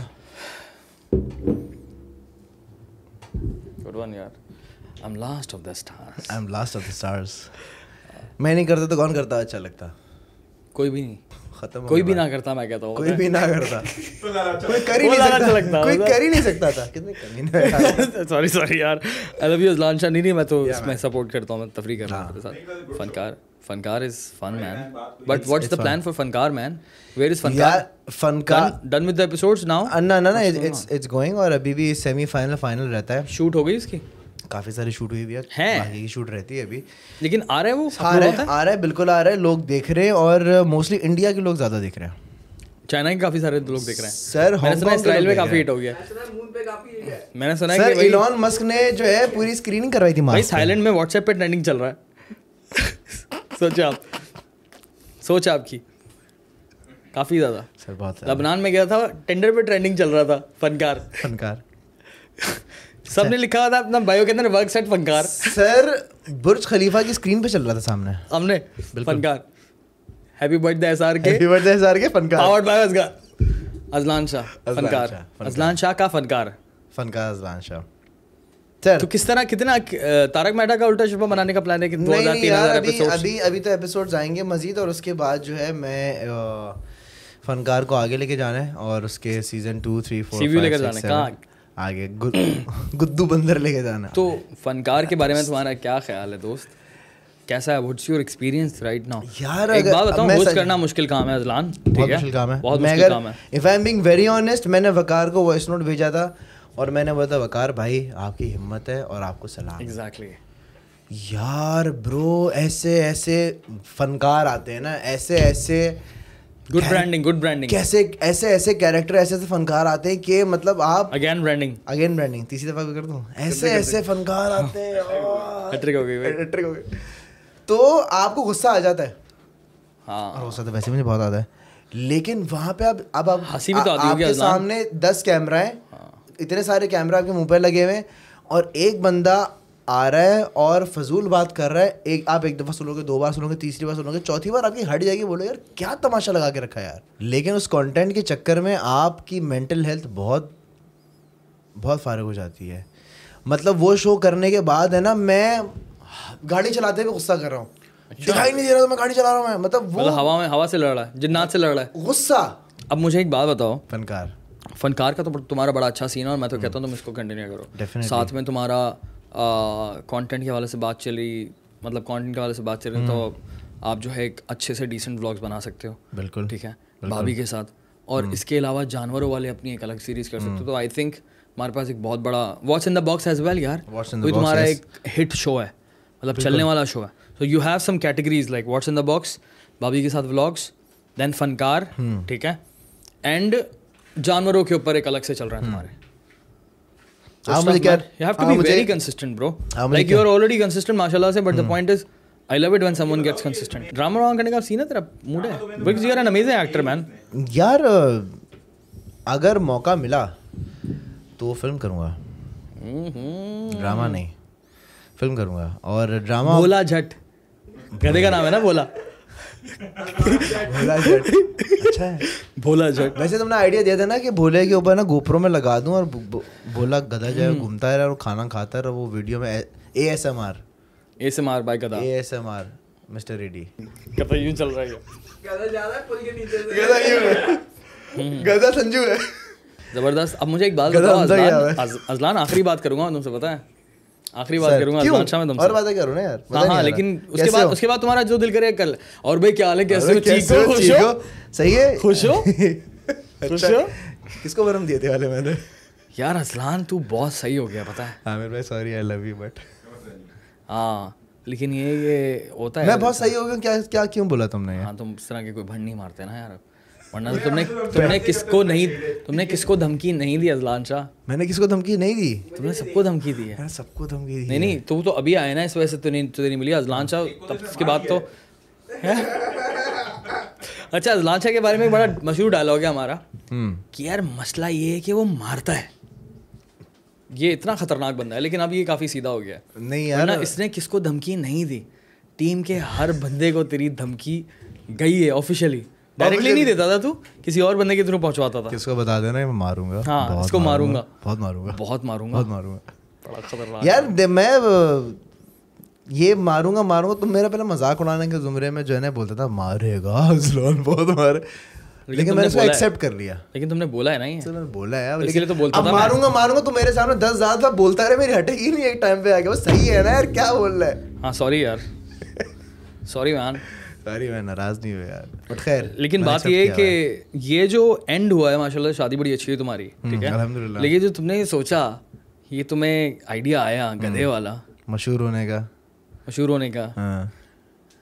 Speaker 1: گڈ ون یار I'm last of the star
Speaker 2: I'm last of the stars میں نہیں کرتا تو کون کرتا اچھا لگتا
Speaker 1: کوئی بھی نہیں
Speaker 2: ختم
Speaker 1: کوئی بھی نہ کرتا میں کہتا ہوں
Speaker 2: کوئی بھی نہ
Speaker 1: *laughs*
Speaker 2: کرتا
Speaker 3: تو زیادہ اچھا
Speaker 2: کوئی کر ہی نہیں سکتا کوئی کر ہی نہیں سکتا تھا کتنے کمی
Speaker 1: *laughs*
Speaker 2: نے
Speaker 1: سوری سوری یار آئی لو یو ازلان شاہ نہیں نہیں میں تو اس میں سپورٹ کرتا ہوں میں تفریح کر رہا ہوں ساتھ فنکار فنکار is fun man but what's the plan for فنکار مین ویئر از
Speaker 2: یار
Speaker 1: فنکار
Speaker 2: فنکار
Speaker 1: ڈن ود ایپیسوڈ ناؤ
Speaker 2: نا نا اٹس گوئنگ اور ابھی بھی سیمی فائنل فائنل رہتا ہے
Speaker 1: شوٹ ہو گئی اس کی
Speaker 2: کافی ساری شوٹ ہوئی بھی ہے
Speaker 1: ہیں۔
Speaker 2: باقی کی شوٹ رہتی ہے ابھی
Speaker 1: لیکن آ رہا ہے وہ
Speaker 2: آ رہا ہے آ رہا ہے بالکل آ رہا ہے لوگ دیکھ رہے ہیں اور موسٹلی انڈیا کے لوگ زیادہ دیکھ رہے ہیں
Speaker 1: چائنا کے کافی سارے لوگ دیکھ رہے ہیں
Speaker 2: سر
Speaker 1: میں نے سنا اسرائیل میں کافی ہٹ ہو گیا میں نے سنا ہے کہ
Speaker 2: ایلون مسک نے جو ہے پوری اسکریننگ کروائی تھی
Speaker 1: بھائی تھائیلینڈ میں واٹس ایپ پہ ٹرینڈنگ چل رہا ہے *laughs* سوچو آپ سوچ آپ کی کافی زیادہ
Speaker 2: سر بہت
Speaker 1: لبنان میں گیا تھا ٹینڈر پہ ٹرینڈنگ چل رہا تھا فنکار
Speaker 2: فنکار
Speaker 1: سب نے لکھا ہوا تھا اپنا بایو کے اندر ورک سیٹ فنکار
Speaker 2: سر برج خلیفہ کی اسکرین پہ چل رہا تھا سامنے
Speaker 1: ہم نے فنکار happy birthday S R K
Speaker 2: کے فنکار
Speaker 1: پاورڈ بائی ازگار ازلان شاہ فنکار
Speaker 2: شاہ، فنکار۔
Speaker 1: ازلان شاہ کا فنکار
Speaker 2: فنکار شاہ سر
Speaker 1: تو کس طرح کتنا تارک مہتا کا الٹا شفا بنانے کا پلان ہے کہ دو ہزار
Speaker 2: نہیں
Speaker 1: تین
Speaker 2: یار
Speaker 1: ہزار
Speaker 2: ابھی ابھی ابھی تو ایپیسوڈز آئیں گے مزید اور اس کے بعد جو ہے میں فنکار کو آگے لے کے جانا ہے اور اس کے سیزن ٹو تھری فور آگے گدو بندر لے کے جانا
Speaker 1: تو فنکار کے بارے میں تمہارا کیا خیال ہے دوست کیسا ہے what's your experience right now
Speaker 2: یار
Speaker 1: ایک بات بتاؤں ہوسٹ کرنا مشکل کام ہے ازلان
Speaker 2: بہت
Speaker 1: ٹھیک ہے
Speaker 2: مشکل کام ہے
Speaker 1: بہت
Speaker 2: میں
Speaker 1: مشکل
Speaker 2: اگر
Speaker 1: کام ہے
Speaker 2: if I'm being very honest میں نے وقار کو وائس نوٹ بھیجا تھا اور میں نے بولا وقار بھائی آپ کی ہمت ہے اور آپ کو سلام
Speaker 1: ایگزیکٹلی
Speaker 2: یار برو ایسے ایسے فنکار آتے ہیں نا ایسے ایسے
Speaker 1: گڈ برانڈنگ گڈ برانڈنگ
Speaker 2: کیسے ایسے ایسے کیریکٹر ایسے ایسے فنکار آتے ہیں کہ مطلب آپ
Speaker 1: اگین برانڈنگ
Speaker 2: اگین برانڈنگ تیسری دفعہ بھی کر دوں ایسے ایسے فنکار آتے ہیں آہ،
Speaker 1: ہیٹرک ہو گئی بھائی
Speaker 2: ہیٹرک ہو گئی۔ تو آپ کو غصہ آ جاتا ہے
Speaker 1: ہاں
Speaker 2: اور غصہ تو ویسے مجھے بہت آتا ہے لیکن وہاں پہ اب اب آپ
Speaker 1: ہنسی بھی تو آتی
Speaker 2: آپ
Speaker 1: ہوگی
Speaker 2: کے
Speaker 1: اذان۔ ہاں۔
Speaker 2: سامنے دس کیمرہ ہیں اتنے سارے کیمرہ آپ کے منہ پہ لگے ہوئے ہیں اور ایک بندہ آ رہا ہے اور فضول بات کر رہا ہے ایک آپ ایک دفعہ سنو گے دو بار سنو گے تیسری بار سنو گے چوتھی بار آپ کی ہٹ جائے گی بولو یار کیا تماشا لگا کے رکھا ہے یار لیکن اس کانٹینٹ کے چکر میں آپ کی مینٹل ہیلتھ بہت بہت فارغ ہو جاتی ہے مطلب وہ شو کرنے کے بعد ہے نا میں گاڑی چلاتے ہوئے غصہ کر رہا ہوں
Speaker 1: اچھا۔
Speaker 2: دکھائی نہیں دے رہا تو میں گاڑی چلا رہا ہوں میں مطلب وہ
Speaker 1: مطلب ہوا میں ہوا سے لڑ رہا ہے جنات سے لڑ رہا ہے
Speaker 2: غصہ
Speaker 1: اب مجھے ایک بات بتاؤ
Speaker 2: فنکار
Speaker 1: فنکار کا تو تمہارا بڑا اچھا سین ہے اور میں تو کہتا ہوں تم اس کو کنٹینیو کرو
Speaker 2: Definitely.
Speaker 1: ساتھ میں تمہارا کانٹینٹ کے حوالے سے بات چلی مطلب کانٹینٹ کے حوالے سے بات چل رہی تو آپ جو ہے ایک اچھے سے ڈیسنٹ بلاگس بنا سکتے ہو
Speaker 2: بالکل
Speaker 1: ٹھیک ہے بھابھی کے ساتھ اور اس کے علاوہ جانوروں والے اپنی ایک الگ سیریز کر سکتے ہو تو آئی تھنک ہمارے پاس ایک بہت بڑا watch in the box as well یار
Speaker 2: What's in the
Speaker 1: کوئی
Speaker 2: box,
Speaker 1: تمہارا
Speaker 2: yes.
Speaker 1: ایک ہٹ شو ہے مطلب چلنے والا شو ہے so you have some categories like what's in the box بھابھی کے ساتھ ولاگس دین فنکار ٹھیک ہے اینڈ جانوروں کے اوپر ایک الگ سے چل رہا ہے تمہارے
Speaker 2: ہاں مجھے کیا
Speaker 1: یو ہیو ٹو
Speaker 2: ہاں،
Speaker 1: بی
Speaker 2: مجھے-
Speaker 1: ویری کنسسٹنٹ برو
Speaker 2: ہاں، مجھے
Speaker 1: like you are already consistent ماشاء اللہ سے but the point is I love it when someone gets consistent drama drama کرنے کا سین ہے تیرا موڈ ہے because you are an amazing actor man
Speaker 2: یار اگر موقع ملا تو وہ فلم کروں گا ڈرامہ نہیں فلم کروں گا اور ڈرامہ
Speaker 1: بولا جھٹ گدے کا نام ہے نا بولا
Speaker 2: بھولا جٹ اچھا ہے
Speaker 1: بولا جھٹ
Speaker 2: ویسے تم نے آئیڈیا دیا تھا نا کہ بھولے کے اوپر نا گوپروں میں لگا دوں اور بھولا گدا جائے گھومتا رہا اور کھانا کھاتا رہا وہ ویڈیو میں اے ایس ایم آر
Speaker 1: اے سے مار بھائی گدا
Speaker 2: A S M R mister Reddy
Speaker 1: گدا یوں چل رہا ہے
Speaker 2: گدا سنجو ہے
Speaker 1: زبردست اب مجھے ایک بات
Speaker 2: گدا
Speaker 1: بتاؤ
Speaker 2: اندر گیا
Speaker 1: ازلان
Speaker 2: ہے۔
Speaker 1: از- ازلان آخری بات کروں گا تم سے پتا ہے آخری بات کروں گا ازلان شاہ میں تم
Speaker 2: اور
Speaker 1: سے
Speaker 2: باتیں کرو نا یار
Speaker 1: ہاں ہاں لیکن اس کے بعد اس کے بعد تمہارا جو دل کرے کل اور بھائی کیا حال ہے کیسے ہو ٹھیک ہو خوش ہو
Speaker 2: صحیح ہے اچھا،
Speaker 1: خوش
Speaker 2: *laughs*
Speaker 1: ہو خوش ہو
Speaker 2: کس کو برم دیے تھے والے میں نے
Speaker 1: یار ازلان تو بہت صحیح ہو گیا پتا ہے
Speaker 2: عامر بھائی sorry I love you but
Speaker 1: ہاں لیکن یہ یہ ہوتا ہے
Speaker 2: میں بہت صحیح ہو گیا کیا کیا کیوں بولا تم نے
Speaker 1: ہاں تم اس طرح کے کوئی بھنڈ نہیں مارتے نا یار ورنہ تو تم نے تم نے کس کو نہیں تم نے کس کو دھمکی نہیں دی ازلان شاہ
Speaker 2: میں نے کس کو دھمکی نہیں دی
Speaker 1: تم نے سب کو دھمکی دی ہے
Speaker 2: میں نے سب کو دھمکی دی
Speaker 1: نہیں نہیں تو تو ابھی آئے نا اس وجہ سے تو نہیں تو نہیں ملی ازلان شاہ تب اس کے بعد تو اچھا ازلان شاہ کے بارے میں بڑا مشہور ڈائلاگ ہے ہمارا کہ یار مسئلہ یہ ہے کہ وہ مارتا ہے یہ اتنا خطرناک بندہ ہے لیکن اب یہ کافی سیدھا ہو گیا ہے
Speaker 2: نہیں
Speaker 1: ورنہ
Speaker 2: یار
Speaker 1: اس نے کس کو دھمکی نہیں دی ٹیم کے ہر بندے کو تیری دھمکی گئی ہے آفیشیلی ڈائریکٹلی نہیں دیتا تھا تو کسی اور بندے کے تھرو پہنچواتا تھا
Speaker 2: کس کو بتا دینا میں ماروں گا
Speaker 1: ہاں اس کو ماروں گا
Speaker 2: بہت ماروں گا
Speaker 1: بہت ماروں گا
Speaker 2: بہت ماروں گا
Speaker 1: بڑا خطرناک
Speaker 2: یار دے- میں یہ ماروں گا ماروں گا تو میرا پہلے مذاق اڑانے کے زمرے میں جو ہے نا بولتا تھا مارے گا ازلان بہت مارے لیکن
Speaker 1: تم نے
Speaker 2: میں نے اس کو
Speaker 1: بولا ہے۔
Speaker 2: ایکسیپٹ کر لیا
Speaker 1: لیکن تم نے بولا ہے نا یہ
Speaker 2: تو میں نے بولا ہے
Speaker 1: اس کے لیے تو بولتا
Speaker 2: اب
Speaker 1: تھا میں۔
Speaker 2: ماروں گا ماروں گا تو میرے سامنے دس ہزار دفعہ بولتا رہے میری ہٹے گی نہیں ایک ٹائم پہ آ کے وہ صحیح ہے نا یار کیا بول رہا ہے
Speaker 1: ہاں سوری یار سوری
Speaker 2: *laughs*
Speaker 1: مین
Speaker 2: ساری میں ناراض نہیں ہوا یار بٹ خیر
Speaker 1: لیکن بات یہ ہے کہ یہ جو اینڈ ہوا ہے ماشاء اللہ شادی بڑی اچھی ہے تمہاری ٹھیک ہے
Speaker 2: الحمدللہ۔
Speaker 1: لیکن جو تم نے یہ سوچا یہ تمہیں آئیڈیا آیا گدھے والا
Speaker 2: مشہور ہونے کا
Speaker 1: مشہور ہونے کا
Speaker 2: ہاں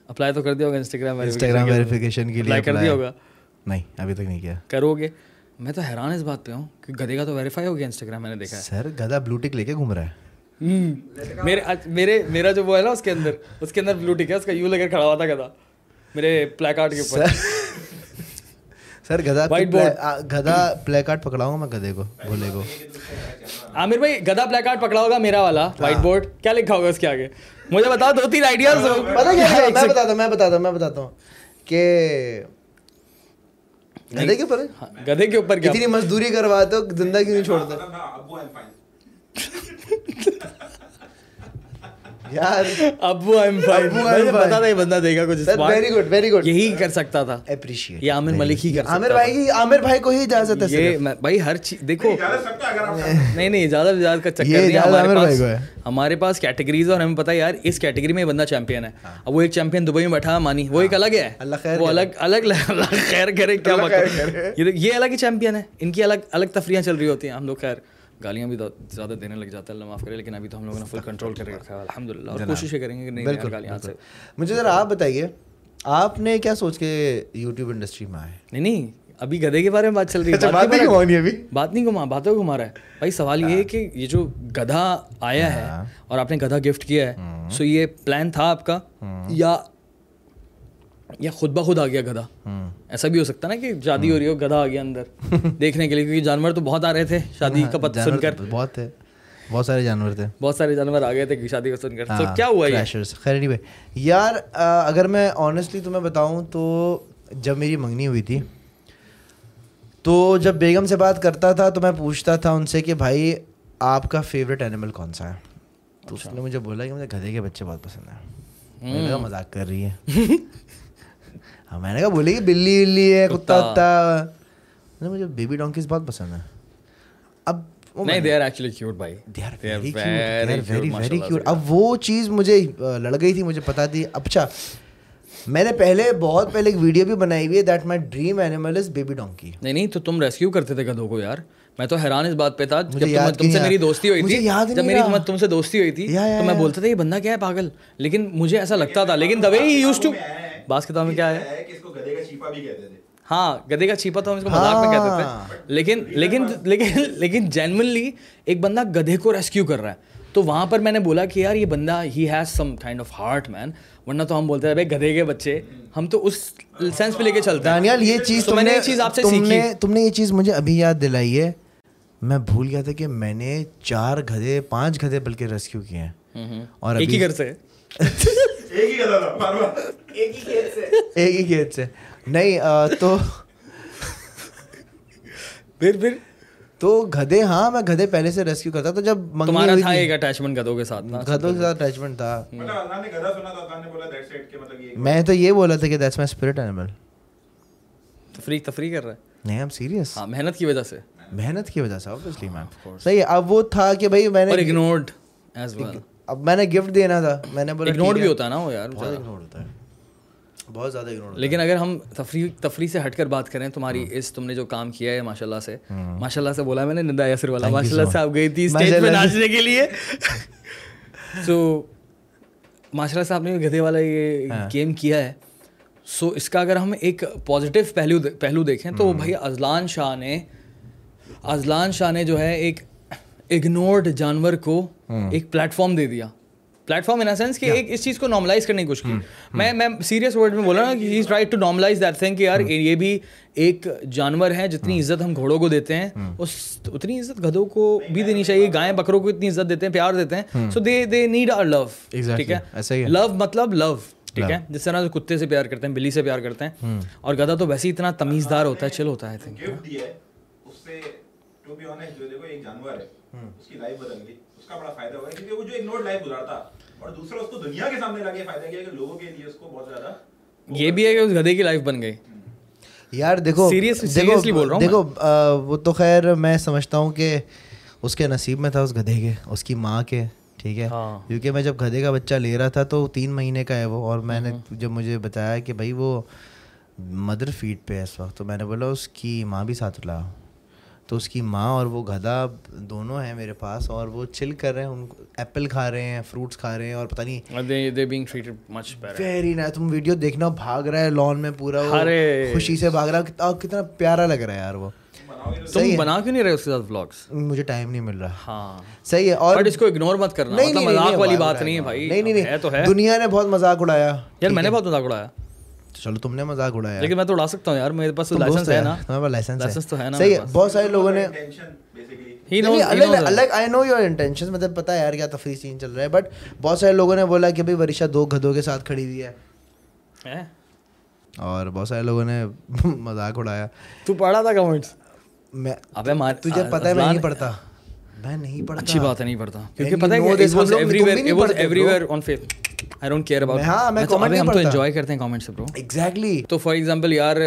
Speaker 1: اپلائی تو کر دیا ہوگا انسٹاگرام
Speaker 2: انسٹاگرام ویریفیکیشن کے لیے
Speaker 1: اپلائی کر دیا ہوگا
Speaker 2: نہیں ابھی تک نہیں کیا
Speaker 1: کرو گے میں تو حیران اس بات پہ ہوں کہ گدے کا تو ویریفائی ہو گیا انسٹاگرام میں نے دیکھا
Speaker 2: سر گدا بلو ٹک لے کے گھوم رہا ہے
Speaker 1: ہے میرے آج- میرے میرا جو وہ ہے نا اس کے اندر اس کے اندر بلو ٹک ہے اس کا یو لے کر کھڑا ہوا تھا گدا میرے پلیک آرٹ کے اوپر
Speaker 2: سر گدا
Speaker 1: White
Speaker 2: گدا پلے کارڈ پکڑاؤں گا میں گدے کو بھولے کو
Speaker 1: عامر بھائی گدا پلیک آرٹ پکڑا ہوگا میرا والا
Speaker 2: ہاں۔
Speaker 1: وائٹ بورڈ کیا لکھا ہوگا اس کے آگے مجھے بتاؤ دو تین آئیڈیاز
Speaker 2: پتا کیا میں بتاتا ہوں میں بتاتا ہوں میں بتاتا ہوں کہ گدے کے پر
Speaker 1: ہاں، گدے کے اوپر کیا
Speaker 2: اتنی مزدوری کرواتے ہو زندہ کیوں نہیں چھوڑتے یار
Speaker 1: ابو آئی ایم فائن
Speaker 2: ابو I'm fine.
Speaker 1: پتا تھا یہ بندہ دے گا کچھ
Speaker 2: sir
Speaker 1: smart.
Speaker 2: Very good very good
Speaker 1: یہی کر سکتا تھا
Speaker 2: اپریشیٹ
Speaker 1: یہ عامر ملک ہی کر
Speaker 2: عامر
Speaker 1: سکتا
Speaker 2: بھائی کی عامر بھائی کو ہی اجازت ہے
Speaker 1: تھا یہ میں- بھائی ہر چیز دیکھو *laughs* نہیں نہیں زیادہ سے زیادہ کا چکر
Speaker 2: یہ
Speaker 1: نہیں ہے
Speaker 2: اجازت
Speaker 1: ہمارے
Speaker 2: عامر بھائی
Speaker 1: پاس
Speaker 2: کو ہے۔
Speaker 1: ہمارے پاس کیٹیگریز اور ہمیں پتہ ہے یار اس کیٹیگری میں یہ بندہ چیمپئن ہے اب وہ ایک چیمپئن دبئی میں بیٹھا ہے، مانی وہ ایک الگ ہے
Speaker 2: ہاں۔ اللہ خیر
Speaker 1: وہ
Speaker 2: کرے۔
Speaker 1: الگ *laughs* الگ اللہ خیر کرے کیا
Speaker 2: اللہ
Speaker 1: بات ہے۔
Speaker 2: خیر کرے۔
Speaker 1: یہ دیکھ- یہ الگ ہی چیمپئن ہے ان کی الگ الگ تفریحیں چل رہی ہوتی ہیں ہم لوگ خیر گالیاں بھی زیادہ دینے لگ جاتا ہے اللہ معاف کرے لیکن ابھی تو ہم لوگوں نے فل کنٹرول کر رکھا ہے الحمد للہ اور کوشش یہ کریں گے کہ نہیں یار گالیاں ہاتھ سے
Speaker 2: مجھے ذرا آپ بتائیے آپ نے کیا سوچ کے یوٹیوب انڈسٹری میں آئے
Speaker 1: نہیں نہیں ابھی گدھے کے بارے میں بات چل رہی ہے اچھا، بات نہیں ہاں۔ کر رہے۔ بات نہیں گھما باتوں کو گھما رہا ہے بھائی سوال یہ ہے کہ یہ جو گدھا آیا ہے اور آپ نے گدھا گفٹ کیا ہے سو یہ پلان تھا آپ کا یا یا خود بخود آ گیا گدھا ایسا بھی ہو سکتا ہے نا کہ شادی ہو رہی ہو گدھا آ گیا *laughs* اندر دیکھنے کے لیے کیونکہ جانور تو بہت آ رہے تھے شادی کا پتہ سن کر
Speaker 2: بہت ہے بہت سارے جانور تھے
Speaker 1: ہاں، بہت ہاں، سارے جانور آ گئے تھے شادی کو سن کر تو کیا ہوا یہ
Speaker 2: ہاں، Crashers. خیر anyway. یار آ، اگر میں آنیسٹلی تمہیں بتاؤں تو جب میری منگنی ہوئی تھی تو جب بیگم سے بات کرتا تھا تو میں پوچھتا تھا ان سے کہ بھائی آپ کا فیوریٹ اینیمل کون سا ہے تو
Speaker 1: اچھا۔
Speaker 2: اس نے مجھے بولا کہ مجھے گدھے کے بچے بہت پسند ہیں میں نے کہا مذاق کر رہی ہے ہاں میں نے کہا بولی کہ بلی بلی ہے کتا کتا مجھے بیبی ڈونکیز بہت پسند ہے اب
Speaker 1: نہیں دے آر ایکچولی کیوٹ بھائی
Speaker 2: they are
Speaker 1: Oh They are very
Speaker 2: very
Speaker 1: cute,
Speaker 2: cute very very
Speaker 1: ماشاءاللہ
Speaker 2: کیوٹ
Speaker 1: سے۔
Speaker 2: اب وہ چیز مجھے uh, لڑ گئی تھی مجھے پتا تھی اچھا میں نے پہلے بہت پہلے ایک ویڈیو بھی بنائی ہوئی ہے that my dream animal is baby donkey
Speaker 1: نہیں نہیں تو تم ریسکیو کرتے تھے گدھوں کو یار میں تو حیران اس بات پہ تھا جب
Speaker 2: مجھے یاد
Speaker 1: تم- تم
Speaker 2: نہیں
Speaker 1: سے
Speaker 2: آ-
Speaker 1: میری دوستی ہوئی
Speaker 2: مجھے
Speaker 1: تھی
Speaker 2: یاد
Speaker 1: جب
Speaker 2: نہیں
Speaker 1: میری
Speaker 2: آ-
Speaker 1: مت- تم سے دوستی ہوئی تھی
Speaker 2: یا- یا-
Speaker 1: تو میں
Speaker 2: یا-
Speaker 1: بولتا تھا یہ بندہ کیا ہے پاگل لیکن مجھے ایسا لگتا تھا لیکن دوے ہی یوز
Speaker 3: Eh,
Speaker 1: ٹو بعض کتاب میں کیا ہے
Speaker 3: کہ اس کو گدے کا چیپا بھی کہتے تھے
Speaker 1: ہاں گدے کا چھیپا تو ہم اس کو مذاق میں
Speaker 2: ہاں۔
Speaker 1: کہتے تھے لیکن لیکن لیکن لیکن جینونلی ایک بندہ گدھے کو ریسکیو کر رہا ہے تو وہاں پر میں نے بولا کہ یار یہ بندہ ہی has some kind of heart man ورنہ تو ہم بولتے ہیں بھائی گدھے کے بچے ہم تو اس سینس پہ لے کے چلتے ہیں
Speaker 2: دانیال یہ چیز
Speaker 1: تو میں نے یہ چیز آپ سے
Speaker 2: تم
Speaker 1: سیکھی
Speaker 2: نے تم نے یہ چیز مجھے ابھی یاد دلائی ہے میں بھول گیا تھا کہ میں نے چار گدھے پانچ گدھے بلکہ ریسکیو کیے ہیں اور
Speaker 1: ایک ہی
Speaker 2: ابھی
Speaker 1: گھر سے
Speaker 3: ایک ہی گدا تھا بار بار ایک ہی کھیت سے
Speaker 2: ایک ہی کھیت سے نہیں تو
Speaker 1: پھر پھر
Speaker 2: تو گدھے ہاں میں گدھے پہلے سے ریسکیو کرتا تو جب
Speaker 1: تمہارا تھا ایک اٹیچمنٹ گدھوں کے ساتھ نا
Speaker 2: گدھوں کے ساتھ اٹیچمنٹ تھا
Speaker 3: مطلب اللہ نے گدا سنا تو اللہ نے بولا دیٹ سیٹ کے مطلب یہ
Speaker 2: میں تو یہ بولا تھا کہ دیٹس مائی اسپرٹ اینیمل
Speaker 1: تفریح تفریح کر رہا ہے
Speaker 2: نہیں ایم سیریس
Speaker 1: ہاں محنت کی وجہ سے
Speaker 2: محنت کی وجہ سے obviously میم صحیح ہے اب وہ تھا کہ بھائی میں
Speaker 1: اور
Speaker 2: نے
Speaker 1: اگنورڈ ایز ویل
Speaker 2: اب میں نے گفٹ دینا تھا میں نے بولا
Speaker 1: اگنورڈ بھی ہوتا ہے نا وہ یار
Speaker 2: بہت اگنورڈ ہوتا ہے بہت زیادہ اگنورڈ
Speaker 1: لیکن اگر ہم تفریح تفریح سے ہٹ کر بات کریں تمہاری اس تم نے جو کام کیا ہے ماشاء اللہ سے ماشاء اللہ سے بولا میں نے ندا یاسر والا ماشاء اللہ سے آپ گئی تھی اسٹیج پہ ناچنے کے لیے سو ماشاء اللہ سے آپ نے گدھے والا یہ گیم کیا ہے سو اس کا اگر ہم ایک پازیٹیو پہلو پہلو دیکھیں تو بھائی اذلان شاہ نے اذلان شاہ نے جو ہے ایک اگنورڈ جانور کو ایک پلیٹ فارم دے دیا پلیٹ فارم ان سینس کہ ایک اس چیز کو نارملائز کرنے کی کوشش کی میں میں سیریس ورڈ میں بول رہا ہوں کہ he try to normalise that thing کہ یار یہ بھی ایک جانور ہے جتنی عزت ہم گھوڑوں کو دیتے ہیں اس اتنی عزت گدھوں کو بھی دینی چاہیے گائیں بکروں کو اتنی عزت دیتے ہیں پیار دیتے ہیں so they they need our love ٹھیک ہے لو مطلب لو ٹھیک ہے جس طرح کتے سے پیار کرتے ہیں بلی سے پیار کرتے ہیں اور گدھا تو ویسے ہی اتنا تمیزدار ہوتا ہے چل ہوتا ہے ہاں۔ آئی تھنک
Speaker 3: گفٹ دیا ہے اس سے ٹو بی آنےسٹ جو دیکھو ایک جانور ہے اس کی لائف بدل گئی اس کا بڑا فائدہ ہوا ہے کیونکہ وہ جو اگنورڈ لائف گزارتا اور دوسرا اس کو دنیا کے سامنے لگے فائدہ کیا کہ لوگوں کے لیے اس کو بہت زیادہ
Speaker 1: یہ بھی ہے کہ اس گدھے کی لائف بن گئی
Speaker 2: یار دیکھو دیکھو دیکھو وہ تو خیر میں سمجھتا ہوں کہ اس کے نصیب میں تھا اس گدھے کے اس کی ماں کے ٹھیک ہے کیونکہ میں جب گدھے کا بچہ لے رہا تھا تو تین مہینے کا ہے وہ اور میں نے جب مجھے بتایا کہ بھائی وہ مدر فیڈ پہ ہے اس وقت تو میں نے بولا اس کی ماں بھی ساتھ لا تو اس کی ماں اور وہ گدھا دونوں ہیں میرے پاس اور وہ چل کر رہے ہیں ان کو ایپل کھا رہے ہیں فروٹس کھا رہے ہیں اور پتہ نہیں ویری نائس تم ویڈیو دیکھنا بھاگ رہا ہے لان میں پورا خوشی سے بھاگ رہا کتنا پیارا لگ رہا ہے یار وہ
Speaker 3: بناؤ گے
Speaker 1: تم بنا کیوں نہیں رہے اس کے ساتھ vlogs؟
Speaker 2: مجھے ٹائم نہیں مل رہا
Speaker 1: ہاں
Speaker 2: صحیح ہے اور
Speaker 1: بٹ اس کو اگنور مت کرنا مطلب مذاق والی بات نہیں ہے بھائی
Speaker 2: نہیں نہیں
Speaker 1: ہے تو ہے
Speaker 2: نہیں دنیا نے بہت مذاق اڑایا
Speaker 1: یار میں نے بہت مذاق اڑایا
Speaker 2: چلو تم نے مذاق اڑایا
Speaker 1: لیکن میں تو اڑا سکتا ہوں یار میرے پاس لائسنس ہے نا لائسنس تو ہے نا
Speaker 2: صحیح ہے بہت سارے لوگوں نے
Speaker 3: ٹینشن بیسیکلی
Speaker 2: الگ آئی نو یور انٹینشن مطلب پتا ہے یار کیا تفریح سین چل رہا ہے بٹ بہت سارے لوگوں نے بولا کہ بھائی ورشا دو گدھوں کے ساتھ کھڑی ہوئی ہے اور بہت سارے لوگوں نے *laughs* مذاق اڑایا
Speaker 1: تو پڑھا تھا کمنٹس
Speaker 2: میں
Speaker 1: ابے مار
Speaker 2: تجھے پتہ ہے میں نہیں پڑھتا میں نہیں پڑھتا
Speaker 1: اچھی بات نہیں پڑھتا
Speaker 2: And
Speaker 1: کیونکہ
Speaker 2: you
Speaker 1: پتہ
Speaker 2: know
Speaker 1: ہے
Speaker 2: this, ہم لوگ- تم بھی نہیں پڑھتے, bro. میں- ہاں، میں comment نہیں
Speaker 1: ہم تو
Speaker 2: پڑھتا۔
Speaker 1: انجوائے کرتے ہیں کامنٹ سے برو
Speaker 2: ایگزیکٹلی
Speaker 1: تو فار ایگزامپل یار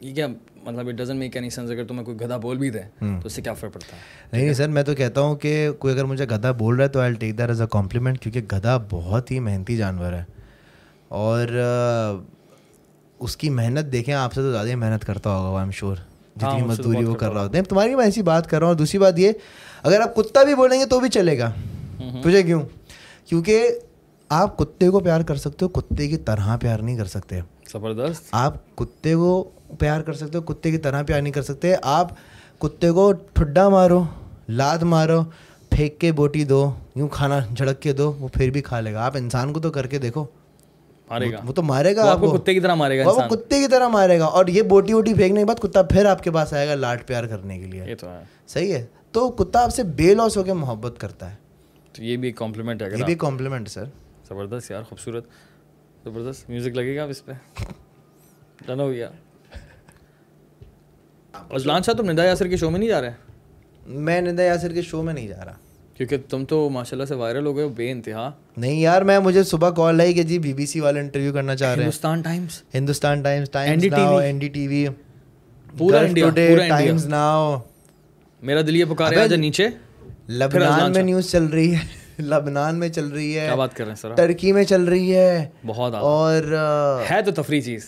Speaker 1: یہ کیا مطلب it doesn't make any sense اگر تمہیں کوئی گدھا بول بھی دے تو اس سے کیا فرق پڑتا ہے
Speaker 2: نہیں نہیں سر میں تو کہتا ہوں کہ کوئی اگر مجھے گدھا بول رہا ہے تو I take that as a compliment کیونکہ گدھا بہت ہی محنتی جانور ہے اور اس کی محنت دیکھیں آپ سے تو زیادہ ہی محنت کرتا ہوگا وہ ایم شیور
Speaker 1: ہاں،
Speaker 2: جتنی مزدوری وہ کر رہا ہوتا ہے تمہاری میں ایسی بات کر رہا ہوں اور دوسری بات یہ اگر آپ کتا بھی بولیں گے تو بھی چلے گا تجھے کیوں کیونکہ آپ کتے کو پیار کر سکتے ہو کتے کی طرح پیار نہیں کر سکتے
Speaker 1: زبردست
Speaker 2: آپ کتے کو پیار کر سکتے ہو کتے کی طرح پیار نہیں کر سکتے آپ کتے کو ٹھڈا مارو لاد مارو پھینک کے بوٹی دو یوں کھانا جھڑک کے دو وہ پھر بھی کھا لے گا آپ انسان کو تو کر کے دیکھو
Speaker 1: مارے گا
Speaker 2: وہ تو مارے گا
Speaker 1: وہ آپ کو کتے کی طرح مارے گا
Speaker 2: وہ آپ کو کتے کی طرح مارے گا اور یہ بوٹی ووٹی پھینکنے کے بعد کتا پھر آپ کے پاس آئے گا لاٹ پیار کرنے کے لیے
Speaker 1: یہ تو ہے
Speaker 2: صحیح ہے تو کتا آپ سے بے لوس ہو کے محبت کرتا ہے
Speaker 1: تو یہ بھی کمپلیمنٹ ہے
Speaker 2: یہ بھی کمپلیمنٹ سر
Speaker 1: زبردست یار خوبصورت زبردست میوزک لگے گا اب اس پہ ڈن ہو گیا اجلان شاہ تم ندا یاسر کے شو میں نہیں جا رہے
Speaker 2: میں ندا یاسر کے شو میں نہیں جا رہا
Speaker 1: کیونکہ تم تو ماشاء اللہ سے وائرل ہو گئے ہو بے انتہا
Speaker 2: نہیں یار میں مجھے صبح کال آئی کہ جی بی بی سی والے انٹرویو کرنا چاہ رہے ہیں
Speaker 1: Hindustan Times
Speaker 2: Hindustan Times
Speaker 1: NDTV
Speaker 2: Times Now N D T V
Speaker 1: پورا انڈیا، پورا انڈیا۔
Speaker 2: ٹائمس ناؤ
Speaker 1: میرا دل یہ پکارے آجا نیچے
Speaker 2: لبنان میں نیوز چل رہی ہے *laughs* لبنان میں چل رہی ہے
Speaker 1: کیا بات کر رہے ہیں سر آپ؟
Speaker 2: ترکی میں چل رہی ہے
Speaker 1: بہت آ-
Speaker 2: اور
Speaker 1: ہے تو تفریح چیز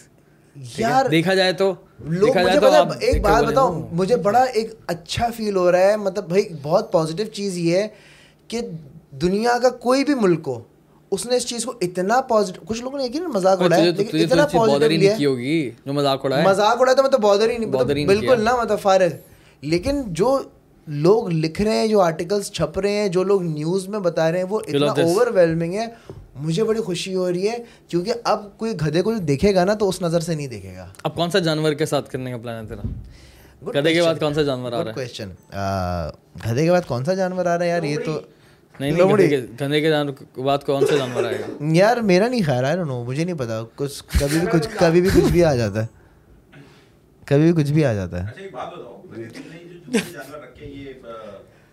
Speaker 2: یار
Speaker 1: دیکھا جائے تو
Speaker 2: لوگ مجھے پتا ایک بات بتاؤں مجھے بڑا ایک اچھا فیل ہو رہا ہے مطلب بھائی بہت پازیٹیو چیز یہ ہے کہ دنیا کا کوئی بھی ملک ہو اس نے اس چیز کو اتنا پازیٹیو کچھ لوگوں نے یقین مزاق اڑایا لیکن اتنا
Speaker 1: بادر ہی
Speaker 2: پازیٹیو
Speaker 1: نہیں کی
Speaker 2: لیا
Speaker 1: ہوگی جو مذاق اڑایا
Speaker 2: مذاق اڑایا تو میں تو بادر ہی نہیں بالکل نہ مطلب فارغ لیکن جو لوگ لکھ رہے ہیں جو آرٹیکلس چھپ رہے ہیں جو لوگ نیوز میں بتا رہے ہیں وہ اتنا اوور ویلمنگ ہے مجھے بڑی خوشی ہو رہی ہے کیونکہ اب کوئی گدھے کو دیکھے گا نا تو اس نظر سے نہیں دیکھے گا
Speaker 1: اب کون سا جانور کے ساتھ کرنے کا پلان ہے تیرا گدے کے بعد کون سا جانور آ رہا ہے
Speaker 2: گدھے کے بعد کون سا جانور آ رہا ہے یار یہ تو
Speaker 1: نہیں نہیں گدے کے جانور کے بعد کون سا جانور آئے گا
Speaker 2: یار میرا نہیں خیال آئی نو مجھے نہیں پتا کچھ کبھی بھی کچھ کبھی بھی کچھ بھی آ جاتا ہے کبھی بھی کچھ بھی آ جاتا ہے
Speaker 3: اچھا ایک بات بتاؤ میں نے تم نے جو جو جانور رکھے یہ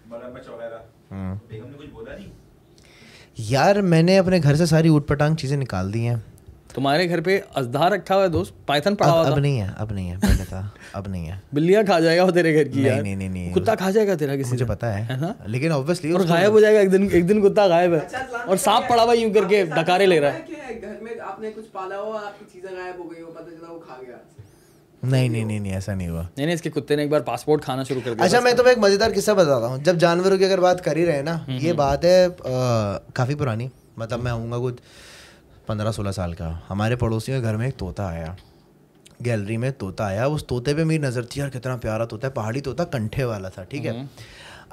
Speaker 3: مگرمچھ وغیرہ
Speaker 1: ہاں۔
Speaker 3: بیگم نے کچھ بولا نہیں
Speaker 2: یار میں نے اپنے گھر سے ساری اوٹ پٹانگ چیزیں نکال دی ہیں
Speaker 1: تمہارے گھر پہ ازدھار رکھا ہوا ہے دوست پائتھن پڑا ہوا
Speaker 2: اب
Speaker 1: تھا
Speaker 2: نہیں ہے اب نہیں ہے پہلے تھا اب نہیں ہے
Speaker 1: بلیا کھا جائے گا وہ تیرے گھر کی
Speaker 2: نہیں
Speaker 1: یار
Speaker 2: نہیں نہیں نہیں
Speaker 1: کتا کھا جائے گا تیرا کسی
Speaker 2: مجھے پتا ہے
Speaker 1: نا
Speaker 2: لیکن
Speaker 1: اور غائب ہو
Speaker 2: اوبیسلی
Speaker 1: جائے گا ایک دن ایک دن کتا غائب ہے اور سانپ پڑا ہوا یوں کر کے ڈکارے لے رہا ہے
Speaker 4: ہے گھر میں آپ نے کچھ پالا ہو آپ کی چیزیں غائب ہو گئی ہو پتہ چلا وہ کھا گیا
Speaker 2: نہیں نہیں نہیں ایسا نہیں ہوا
Speaker 1: نہیں نہیں اس کے کتے نے ایک بار پاسپورٹ کھانا شروع کر دیا
Speaker 2: اچھا میں تمہیں ایک مزیدار قصہ بتاتا ہوں جب جانوروں کی اگر بات کر ہی رہے ہیں نا یہ بات ہے کافی پرانی مطلب میں ہوں گا کچھ پندرہ سولہ سال کا ہمارے پڑوسیوں کے گھر میں ایک طوطا آیا گیلری میں طوطا آیا اس طوطے پہ میری نظر تھی یار کتنا پیارا طوطا ہے پہاڑی طوطا کنٹھے والا تھا ٹھیک ہے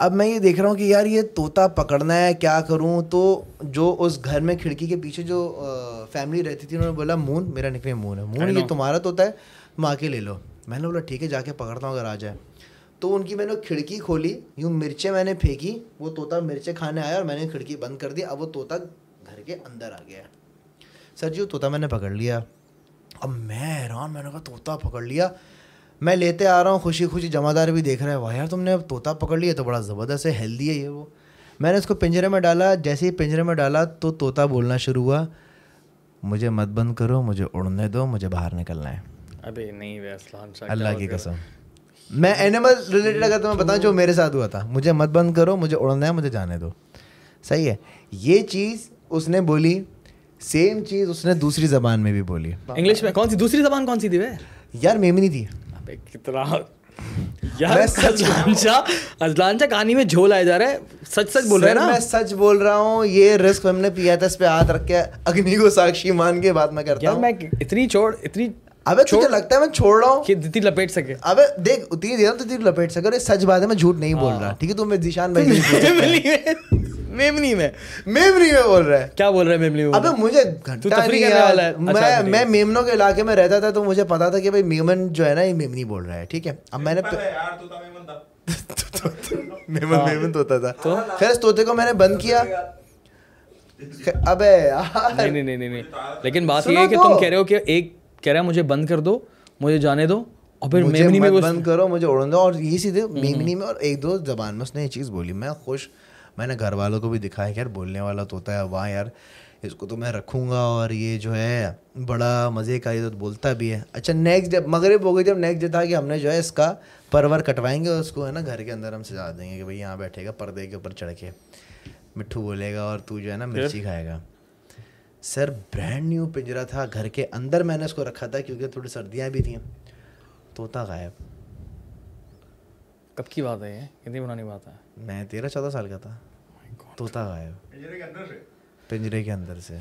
Speaker 2: اب میں یہ دیکھ رہا ہوں کہ یار یہ طوطا پکڑنا ہے کیا کروں تو جو اس گھر میں کھڑکی کے پیچھے جو فیملی رہتی تھی انہوں نے بولا مون میرا نکلے مون ہے مون یہ تمہارا طوطا ہے ماں کے لے لو میں نے بولا ٹھیک ہے جا کے پکڑتا ہوں اگر آ جائے تو ان کی میں نے کھڑکی کھولی یوں مرچیں میں نے پھینکی وہ طوطا مرچیں کھانے آیا اور میں نے کھڑکی بند کر دی اب وہ طوطا گھر کے اندر آ گیا سر جی وہ طوطا میں نے پکڑ لیا اب میں حیران میں نے کہا طوطا پکڑ لیا میں لیتے آ رہا ہوں خوشی خوشی جمع دار بھی دیکھ رہا ہے واہ یار تم نے اب طوطا پکڑ لیا تو بڑا زبردست ہے ہیلدی ہے یہ وہ میں نے اس کو پنجرے میں ڈالا جیسے ہی پنجرے میں ڈالا تو طوطا بولنا شروع ہوا مجھے مت بند کرو مجھے اڑنے دو مجھے باہر نکلنا ہے
Speaker 1: ابھی نہیں بے اسلام شاہ
Speaker 2: اچھا۔ اللہ کی قسم میں اینیمل ریلیٹڈ اگر تمہیں بتاؤں جو میرے ساتھ ہوا تھا مجھے مت بند کرو مجھے اڑنا ہے مجھے جانے دو صحیح ہے یہ چیز اس نے بولی سیم چیز اس نے دوسری زبان میں بھی بولی
Speaker 1: انگلش میں کون سی دوسری زبان کون سی تھی وہ
Speaker 2: یار میمنی تھی
Speaker 1: ابے کتنا یار اذلان شاہ اذلان شاہ کہانی میں جھول آیا جا رہا ہے سچ سچ بول رہے ہیں نا
Speaker 2: میں سچ بول رہا ہوں یہ رسک ہم نے پیا تھا اس پہ ہاتھ رکھ کے اگنی کو ساکشی مان کے بات میں کرتا
Speaker 1: یار
Speaker 2: ہوں
Speaker 1: میں اتنی چھوڑ اتنی
Speaker 2: ابے تجھے لگتا ہے میں چھوڑ رہا ہوں
Speaker 1: کہ جتنی لپیٹ سکے
Speaker 2: ابے دیکھ اتنی دیر تو تیری لپیٹ سے کرے سچ بات ہے میں جھوٹ نہیں بول
Speaker 1: ہاں۔
Speaker 2: رہا ٹھیک ہے تم ذیشان بھائی
Speaker 1: میمنی میں
Speaker 2: میمنی میں بول رہا ہے
Speaker 1: کیا بول رہا ہے میمنی
Speaker 2: ابے
Speaker 1: میں
Speaker 2: مجھے
Speaker 1: تو
Speaker 2: گھنٹہ
Speaker 1: تفریح
Speaker 2: نہیں
Speaker 1: کرنے والا ہے
Speaker 2: یار میں میں میمنوں کے علاقے میں رہتا تھا تو مجھے پتا تھا کہ بھائی میمن جو ہے نا یہ میمنی بول رہا ہے ٹھیک ہے اب میں نے
Speaker 3: پتا ہے یار تو تمہیں بندہ
Speaker 2: *laughs* میمن
Speaker 1: ہاں۔
Speaker 2: میمن طوطا تھا خیر اس طوطے کو میں نے بند کیا ابے یار
Speaker 1: نہیں نہیں نہیں نہیں لیکن بات یہ ہے کہ تم کہہ رہے ہو کہ ایک کہہ رہا ہے مجھے بند کر دو مجھے جانے دو اور پھر
Speaker 2: مجھے
Speaker 1: میمنی میں
Speaker 2: مت بند کرو مجھے اڑن دو اور یہی سیدھے میمنی میں اور ایک دو زبان میں اس نے یہ چیز بولی میں خوش میں نے گھر والوں کو بھی دکھایا کہ یار بولنے والا طوطا ہے واہ یار اس کو تو میں رکھوں گا اور یہ جو ہے بڑا مزے کا یہ تو بولتا بھی ہے اچھا نیکسٹ جب مغرب ہو گئی جب نیکسٹ ڈے تھا کہ ہم نے جو ہے اس کا پرور کٹوائیں گے اور اس کو ہے نا گھر کے اندر ہم سجا دیں گے کہ بھائی یہاں بیٹھے گا پردے کے اوپر چڑھ کے مٹھو بولے گا اور تو جو ہے نا مرچی کھائے گا سر برانڈ نیو پنجرا تھا گھر کے اندر میں نے اس کو رکھا تھا کیونکہ تھوڑی سردیاں بھی تھیں طوطا غائب
Speaker 1: کب کی بات ہے یہ کتنی پرانی بات ہے Oh
Speaker 2: میں تیرہ چودہ سال کا تھا طوطا غائب
Speaker 3: پنجرے کے اندر سے
Speaker 2: پنجرے کے اندر سے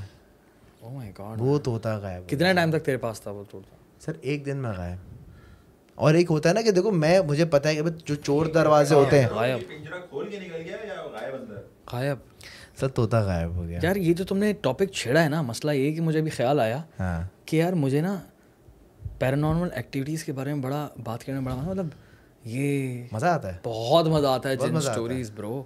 Speaker 1: او مائی گاڈ
Speaker 2: وہ طوطا غائب
Speaker 1: کتنا ٹائم تک تیرے پاس تھا وہ ٹوٹل
Speaker 2: سر ایک دن میں غائب اور ایک ہوتا ہے نا کہ دیکھو میں مجھے پتا ہے کہ جو چور دروازے ہوتے ہیں
Speaker 1: غائب
Speaker 3: پنجرا کھول کے نکل گیا یا غائب اندر
Speaker 1: غائب
Speaker 2: سر طوطا غائب ہو گیا
Speaker 1: یار یہ جو تم نے ٹاپک چھیڑا ہے نا مسئلہ یہ ہے کہ مجھے ابھی خیال آیا
Speaker 2: ہاں
Speaker 1: کہ یار مجھے نا پیرانارمل ایکٹیویٹیز کے بارے میں بڑا بات کرنے میں بڑا مطلب یہ
Speaker 2: مزہ آتا ہے
Speaker 1: بہت مزہ آتا ہے جن اسٹوریز برو